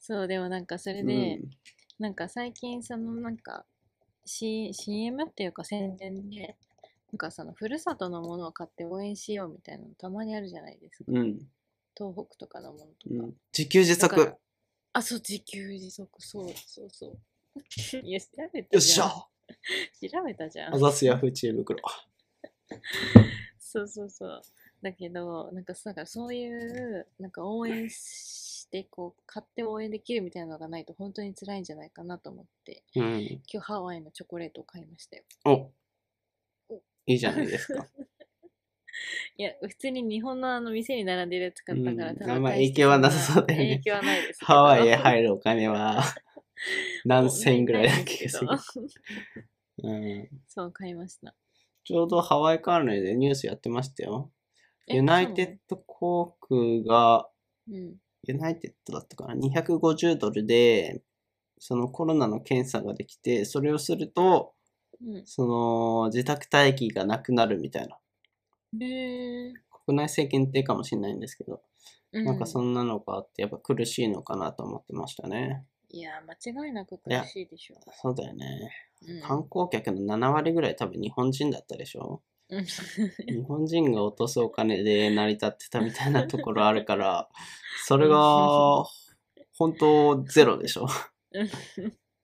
Speaker 2: そう、でもなんかそれ
Speaker 1: う
Speaker 2: で、
Speaker 1: ん
Speaker 2: なんか最近そのなんか、C、CM っていうか宣伝で、なんかそのふるさとのものを買って応援しようみたいなのたまにあるじゃないですか。
Speaker 1: うん。
Speaker 2: 東北とかのものと
Speaker 1: う
Speaker 2: か。
Speaker 1: ん。自給自
Speaker 2: だから
Speaker 1: 足。
Speaker 2: あ、そう、自給自足、そうそう そう。いや、調べ
Speaker 1: よ
Speaker 2: た
Speaker 1: っし
Speaker 2: じゃん。
Speaker 1: ゃ
Speaker 2: 調べたじゃん
Speaker 1: あ。ざすヤフー知恵袋。
Speaker 2: そうそうそう。だけど、なんかそうだからそういう、なんか応援して、こう、買って応援できるみたいなのがないと、本当に辛いんじゃないかなと思って、
Speaker 1: うん。
Speaker 2: 今日ハワイのチョコレートを買いましたよ。
Speaker 1: お
Speaker 2: お
Speaker 1: いいじゃないですか。
Speaker 2: いや、普通に日本のあの店に並んでるやつ買ったから、
Speaker 1: うん
Speaker 2: 多分
Speaker 1: あんま
Speaker 2: 大して
Speaker 1: 影響はなさそうだよね
Speaker 2: 影響はないですけど。
Speaker 1: ハワイへ入るお金 は何千ぐらいだっけ
Speaker 2: もうないんですけど
Speaker 1: うん、
Speaker 2: そう、買いました。
Speaker 1: ちょうどハワイ関連でニュースやってましたよ。
Speaker 2: え
Speaker 1: ユナイテッド航空が、
Speaker 2: そうなのうん。
Speaker 1: ユナイテッドだったかな、250ドルで、そのコロナの検査ができて、それをすると、
Speaker 2: う
Speaker 1: その自宅待機がなくなるみたいな。
Speaker 2: ん。へー
Speaker 1: 国内制限定かもしれないんですけど、
Speaker 2: う
Speaker 1: なんかそんなのがあって、やっぱ苦しいのかなと思ってましたね。
Speaker 2: いや、間違いなく苦
Speaker 1: いや
Speaker 2: しいでしょ
Speaker 1: そうだよね。
Speaker 2: う。うん
Speaker 1: 観光客の7割ぐらい多分日本人だったでしょ
Speaker 2: うん
Speaker 1: 日本人が落とすお金で成り立ってたみたいなところある から、それが本当ゼロでしょ。
Speaker 2: うん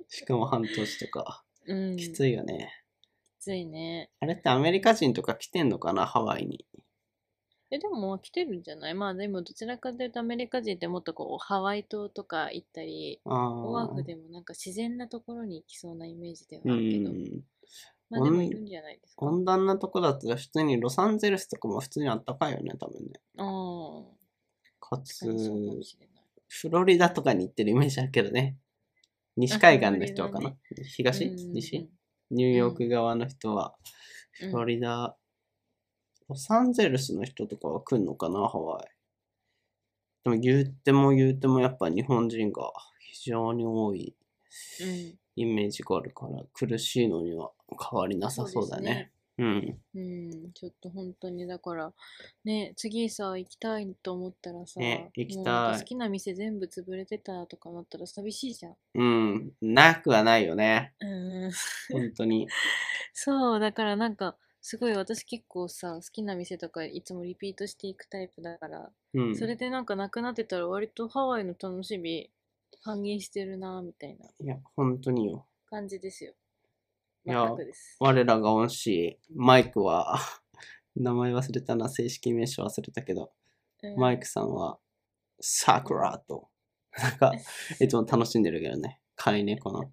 Speaker 1: しかも半年とか。
Speaker 2: うん。
Speaker 1: き
Speaker 2: き
Speaker 1: ついよね。
Speaker 2: ついね。
Speaker 1: あれってアメリカ人とか来てんのかな、ハワイに。
Speaker 2: え、でももう来てるんじゃないまあでもどちらかというとアメリカ人ってもっとこうハワイ島とか行ったり、
Speaker 1: ああ。
Speaker 2: オアフでもなんか自然なところに行きそうなイメージでは
Speaker 1: う
Speaker 2: あるけど、
Speaker 1: ん。
Speaker 2: まあでもいるんじゃないですか。
Speaker 1: 温暖なとこだったら普通にロサンゼルスとかも普通にあったかいよね、多分ね。
Speaker 2: ああ、
Speaker 1: かつ
Speaker 2: 確か、にそうかもしれない。
Speaker 1: フロリダとかに行ってるイメージあるけどね。西海岸の人はかな、
Speaker 2: あフ
Speaker 1: 東、
Speaker 2: うん
Speaker 1: 西ニューヨーク側の人は、
Speaker 2: うん
Speaker 1: フロリダ、ロサンゼルスの人とかは来るのかな、ハワイ。でも言っても言ってもやっぱ日本人が非常に多い
Speaker 2: うんうん
Speaker 1: イメージがあるから、苦しいのには変わりなさそうだね。うん。
Speaker 2: うん、ちょっと本当にだから、ね、次さ、行きたいと思ったらさ、
Speaker 1: ね行き
Speaker 2: もうなんか
Speaker 1: たい
Speaker 2: 好きな店全部潰れてたとかなったら寂しいじゃん。
Speaker 1: うん。なくはないよね。
Speaker 2: うん。
Speaker 1: 本当に。
Speaker 2: そう、だからなんか、すごい私結構さ好きな店とかいつもリピートしていくタイプだから、
Speaker 1: うん。
Speaker 2: それでなんかなくなってたら割とハワイの楽しみ半減してるなみたいない
Speaker 1: や、本当によ。
Speaker 2: 感じですよ
Speaker 1: いや
Speaker 2: 全くです
Speaker 1: 我らが恩師、マイクは、名前忘れたな、正式名称忘れたけど、
Speaker 2: うん
Speaker 1: マイクさんは、サクラと、なん か、いつも楽しんでるけどね、飼い猫の。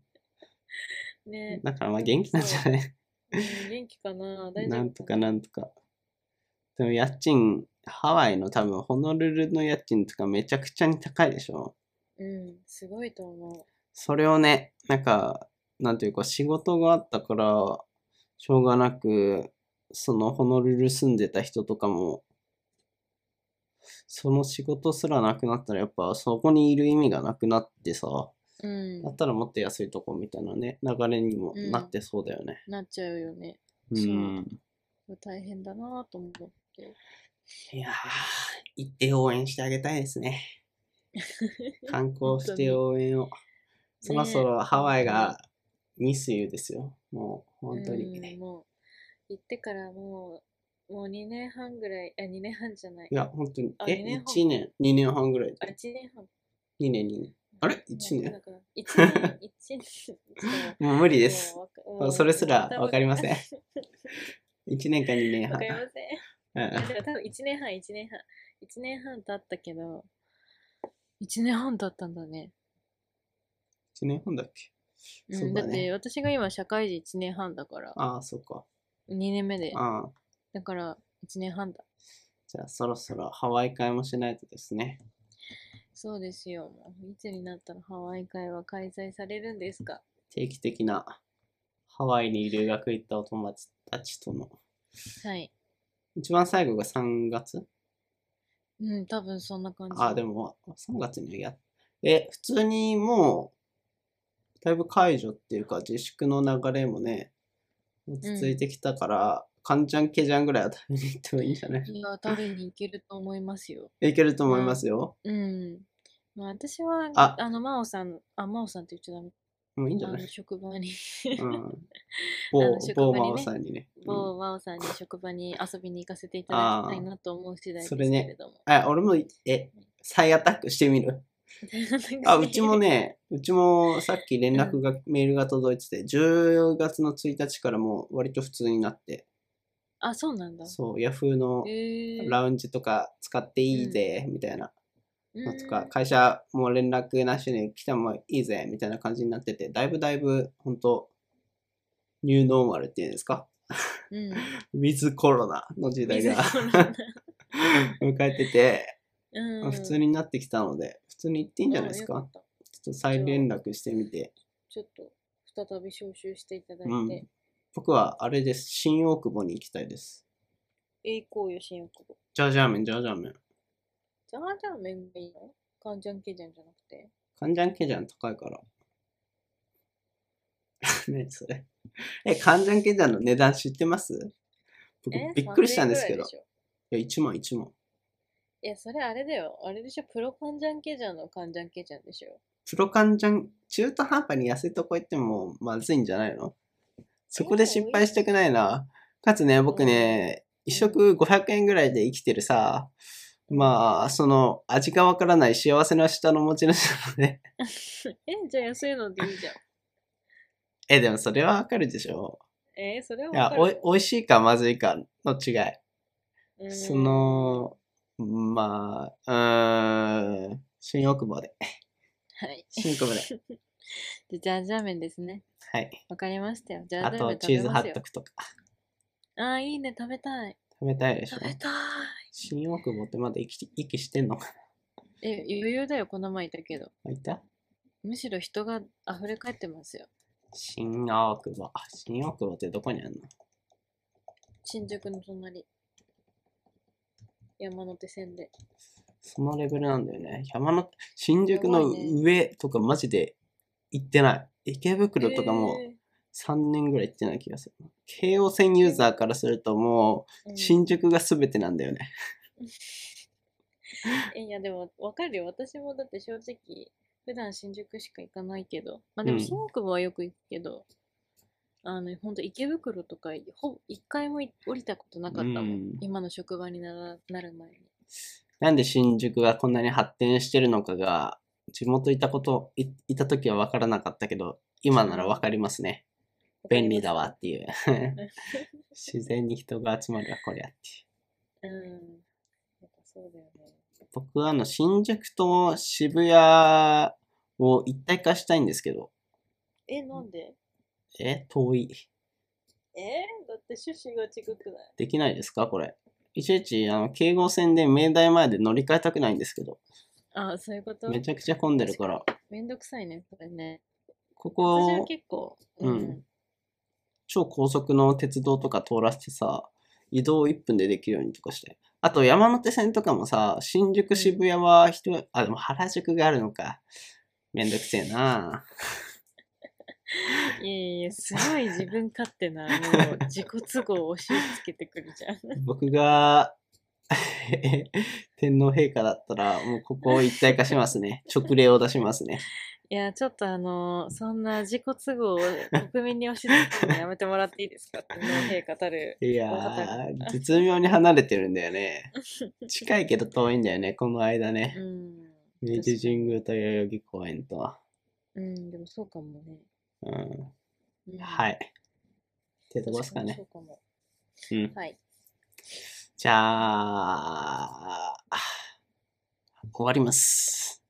Speaker 2: ね
Speaker 1: だからまあ元気なんじゃない
Speaker 2: うん元気かな大丈
Speaker 1: なんと
Speaker 2: 夫
Speaker 1: かなんとか。でも家賃、ハワイの多分、ホノルルの家賃とかめちゃくちゃに高いでしょ。
Speaker 2: うんすごいと思
Speaker 1: それをね、なんか、なんていうか仕事があったから、しょうがなく、そのホノルル住んでた人とかも、その仕事すらなくなったらやっぱそこにいる意味がなくなってさ、
Speaker 2: ううん
Speaker 1: だったらもっと安いとこみたいなね、流れにもなってそうだよね。
Speaker 2: なっちゃうよね
Speaker 1: うん。
Speaker 2: そう大変だなと思って
Speaker 1: いやー、行って応援してあげたいです ね。観光して応援を。そろそろハワイがニスユですよ。もう本当に。
Speaker 2: うんもう行ってからもうもう2年半ぐらいあ2年半じゃない
Speaker 1: いや、本当に
Speaker 2: あ。
Speaker 1: え、
Speaker 2: 二年半
Speaker 1: 1年、2年半ぐらい。
Speaker 2: あ1年半
Speaker 1: 2年、2年。あれ一年
Speaker 2: 一年 一年
Speaker 1: もう無理です。
Speaker 2: もうわかもう
Speaker 1: それすら
Speaker 2: 多分
Speaker 1: わかりま せん1年か2年
Speaker 2: わ
Speaker 1: 半
Speaker 2: かりません。
Speaker 1: うん
Speaker 2: いやでも多分一年半一年半一年半経ったけど一年半経ったんだね。
Speaker 1: 1年半だっけ
Speaker 2: うん
Speaker 1: そう
Speaker 2: だ
Speaker 1: だ
Speaker 2: っ
Speaker 1: ね
Speaker 2: て私が今社会人一年半だから
Speaker 1: ああ、そっか。
Speaker 2: 二年目で
Speaker 1: ああ。
Speaker 2: だから一年半だ。
Speaker 1: じゃあそろそろハワイ会もしないとですね。
Speaker 2: そうですよ。もういつになったらハワイ会は開催されるんですか
Speaker 1: 定期的なハワイに留学行ったお友達たちとの。
Speaker 2: はい。
Speaker 1: 一番最後が3月
Speaker 2: うん、多分そんな感じ。
Speaker 1: ああ、でも3月にはやえ、普通にもう、だいぶ解除っていうか自粛の流れもね、落ち着いてきたから、カンちゃんケジャンぐらいは食べに行ってもいいんじゃない
Speaker 2: いや、食べに行けると思いますよ。
Speaker 1: いけると思いますよ。
Speaker 2: うん。まあ、私は、
Speaker 1: あ
Speaker 2: あの、真央さん、あ、真央さんって言っちゃダメ。
Speaker 1: もういいんじゃ
Speaker 2: あ
Speaker 1: ない
Speaker 2: の、職場に、
Speaker 1: うん。某、
Speaker 2: 職場
Speaker 1: 某真
Speaker 2: にね
Speaker 1: 央さんにね。うん
Speaker 2: 某真央さんに職場に遊びに行かせていただきたいなと思う次第ですけれども。
Speaker 1: あ、俺も、え、再アタックしてみる あ、うちも。ね、うちもさっき連絡が、メールが届いてて、10月の1日からもう割と普通になって、
Speaker 2: あ、そうなんだ。
Speaker 1: そう、ヤフーの
Speaker 2: えー、
Speaker 1: ラウンジとか使っていいぜ、みたいなのとか、
Speaker 2: うん
Speaker 1: 会社も連絡なしに来てもいいぜ、みたいな感じになってて、だいぶだいぶ、ほんと、ニューノーマルっていうんですか
Speaker 2: うん。
Speaker 1: ウィズコロナの時代
Speaker 2: 水
Speaker 1: が
Speaker 2: そう なんだ
Speaker 1: 迎えてて、
Speaker 2: うん。
Speaker 1: 普通になってきたので、普通に行っていいんじゃないです
Speaker 2: あよ
Speaker 1: か
Speaker 2: った
Speaker 1: ちょっと再連絡してみて。
Speaker 2: ちょっと、再び招集していただいて。
Speaker 1: うん、僕はあれです。新大久保に行きたいです。
Speaker 2: え、行こうよ、新大久保。
Speaker 1: ジャージャー麺、ジャージャー麺。
Speaker 2: ジャージャー麺がいいのカンジャンケジャンじゃなくて。
Speaker 1: カンジャンケジャン高いから。 何それ。え、カンジャンケジャンの値段知ってます僕
Speaker 2: え
Speaker 1: びっくりしたんですけど。
Speaker 2: 3000円ぐらい
Speaker 1: い
Speaker 2: しょ
Speaker 1: や、1万1万。
Speaker 2: いや、それあれだよ。あれでしょ。プロカンジャンケジャンのカンジャンケジャンでしょ。
Speaker 1: プロカンジャン、中途半端に安いとこ行ってもまずいんじゃないのそこで失敗したくないな。かつね、僕ね、一食500円ぐらいで生きてるさ、まあ、その、味がわからない幸せな舌の持ち主なので、
Speaker 2: え、じゃあ安いのでいいじゃん。
Speaker 1: え、でもそれはわかるでしょ
Speaker 2: えーそれはい
Speaker 1: や
Speaker 2: わ、か
Speaker 1: お
Speaker 2: る
Speaker 1: い、美味しいかまずいかの違
Speaker 2: うん
Speaker 1: い。その、まあ、うーん、新大久保で。
Speaker 2: はい。
Speaker 1: 新大久保 で。
Speaker 2: で、ジャージャー麺ですね。
Speaker 1: はい。
Speaker 2: わかりましたよ。ジャ
Speaker 1: あ
Speaker 2: ージャー
Speaker 1: と、
Speaker 2: 麺食
Speaker 1: チ
Speaker 2: べ
Speaker 1: ーズハ
Speaker 2: ます
Speaker 1: ッ
Speaker 2: よ
Speaker 1: ト。クとか。
Speaker 2: あー、いいね。食べたい。
Speaker 1: 食べたいでしょ
Speaker 2: 食べたい。
Speaker 1: 新大久保ってまだ息し息してんのか
Speaker 2: え、余裕だよ。この前いたけど。
Speaker 1: なあいた
Speaker 2: むしろ人が溢れ返ってますよ。
Speaker 1: 新大久保。新大久保ってどこにあるの
Speaker 2: 新宿の隣。山手線で。
Speaker 1: そのレベルなんだよね。山の、新宿の
Speaker 2: やばいね
Speaker 1: 上とかマジで行ってない。池袋とかも
Speaker 2: えー
Speaker 1: 3年ぐらい行ってない気がするな。京王線ユーザーからするとも
Speaker 2: う
Speaker 1: う、
Speaker 2: ん
Speaker 1: 新宿が全てなんだよね。
Speaker 2: えいやでもわかるよ私もだって正直普段新宿しか行かないけどまあでも
Speaker 1: うん
Speaker 2: 新大久保はよく行くけど、あの本当池袋とかほ一回もい降りたことなかったもん、
Speaker 1: うん
Speaker 2: 今の職場にならなる前に
Speaker 1: なんで新宿がこんなに発展してるのかが、地元いたこと、いいた時は分からなかったけど、今なら分かりますね。便利だ わっていう。自然に人が集まるわ、こりゃっていう。
Speaker 2: うんやっぱそうだよね
Speaker 1: 僕はあの、新宿と渋谷を一体化したいんですけど、
Speaker 2: えなんで
Speaker 1: え、遠い。
Speaker 2: えだって趣旨が違くない
Speaker 1: できないですかこれ。いちいち、あの、京号線で明大前で乗り換えたくないんですけど、
Speaker 2: ああそういうこと
Speaker 1: めちゃくちゃ混んでるから、
Speaker 2: めんどくさいねそれね
Speaker 1: こ
Speaker 2: 私は
Speaker 1: こ、
Speaker 2: 結構
Speaker 1: うん超高速の鉄道とか通らせてさ、移動1分でできるようにとかして。あと山手線とかもさ、新宿渋谷は人、あ、でも原宿があるのか。めんどくせえ な。
Speaker 2: いやいやすごい自分勝手なも う自己都合を押し付けてくるじゃん
Speaker 1: 僕が、 天皇陛下だったら、もうここを一体化しますね。直令を出しますね。
Speaker 2: いや、ちょっとあのーそんな自己都合を国民に押し付けるのやめてもらっていいですか天皇陛下たる。
Speaker 1: いや
Speaker 2: わかった
Speaker 1: ー、絶妙に離れてるんだよ ね。近いけど遠いんだよね、この間
Speaker 2: う
Speaker 1: ね。
Speaker 2: ん。
Speaker 1: 明治神宮と代々木公園とは。
Speaker 2: うん、でもそうかもね。
Speaker 1: うん。
Speaker 2: うん、。
Speaker 1: はいい。ってとこですかね
Speaker 2: そ。うかも。
Speaker 1: うん。
Speaker 2: はい。
Speaker 1: じゃあ、終わります。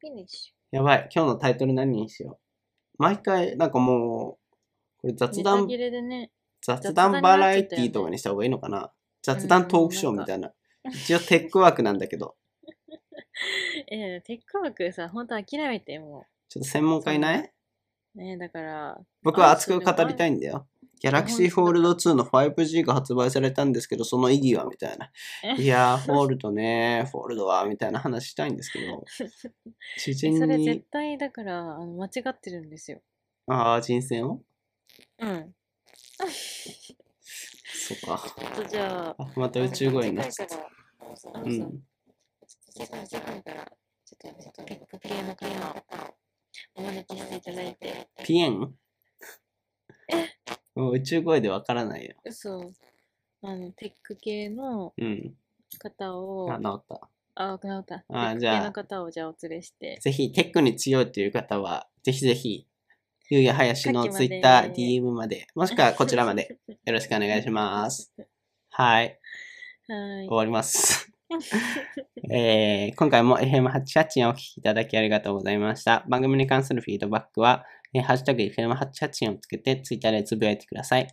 Speaker 2: フィニッシ
Speaker 1: やばい。今日のタイトル何にしよう。毎回、なんかもう、これ
Speaker 2: ュ。
Speaker 1: 雑
Speaker 2: ネタ
Speaker 1: 談
Speaker 2: 切、れでね。
Speaker 1: 雑
Speaker 2: 雑談
Speaker 1: 談
Speaker 2: になっちゃったよね
Speaker 1: バラエティーとかにした方がいいのかな。雑談トークショーみたいな。一応テックワークなんだけど、
Speaker 2: えテックワークさ、本当諦めても
Speaker 1: ちょっと専門家いない
Speaker 2: うん。ねだから、
Speaker 1: 僕は熱く語りたいんだよ。ギャラクシーフォールド2の 5G が発売されたんですけど、その意義はみたいな。
Speaker 2: え
Speaker 1: いやー、フォールドね、フォールドは、みたいな話したいんですけど、知
Speaker 2: え
Speaker 1: 人
Speaker 2: それ
Speaker 1: に
Speaker 2: 絶、対だからあの間違ってるんですよ。
Speaker 1: ああ、人選を
Speaker 2: うん。
Speaker 1: そっか。
Speaker 2: ちょっとじゃあ、
Speaker 1: あ、また宇宙語になっちゃ
Speaker 2: 次
Speaker 1: っ
Speaker 2: 回からそう
Speaker 1: た。。
Speaker 2: そううん世界世界からちょっとちょっと結構系の方をお招きしていただいて
Speaker 1: ピエンもう宇宙声でわからないよ。
Speaker 2: そうあのテック系の
Speaker 1: うん。
Speaker 2: 方を
Speaker 1: あ、治った。
Speaker 2: あなったテ
Speaker 1: あ
Speaker 2: ック
Speaker 1: じゃ
Speaker 2: 系
Speaker 1: あ
Speaker 2: の方をじゃあお連れして
Speaker 1: ぜひ、テックに強いという方は、ぜひぜひ、ゆうやはやしの
Speaker 2: 下記ま
Speaker 1: ツイ
Speaker 2: で
Speaker 1: ッター DM まで、もしくはこちらまで、よろしくお願いします。はい。
Speaker 2: はい
Speaker 1: 終わります。えー今回も FM884 をお聞きいただきありがとうございました。番組に関するフィードバックは、えーハッシュタグ FM884 をつけて Twitter でつぶやいてください。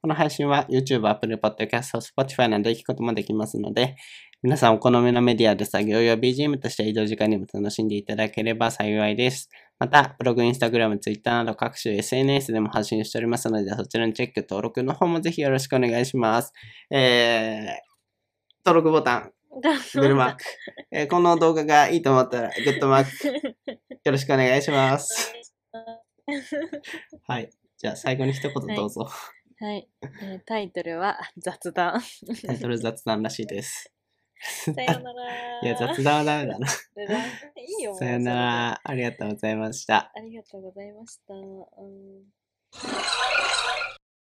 Speaker 1: この配信は YouTube、Apple Podcast、Spotify などで聞くこともできますので、皆さんお好みのメディアで作業用 BGM として移動時間にも楽しんでいただければ幸いです。また、ブログ、インスタグラム、ツイッターなど各種 SNS でも発信しておりますので、そちらのチェック、登録の方もぜひよろしくお願いします。えー登録ボタン、ベルマーク。えーこの動画がいいと思ったら、グッドマーク、 よろしくお願いします。はい。じゃあ、最後に一言どう ぞ。
Speaker 2: はい、えータイトルは雑談
Speaker 1: タイトル雑談らしいです。
Speaker 2: さよなら
Speaker 1: いや、雑談はダメだな。
Speaker 2: 雑談いいよもう
Speaker 1: さよなら。ありがとうございました。
Speaker 2: それでありがとうございました、うん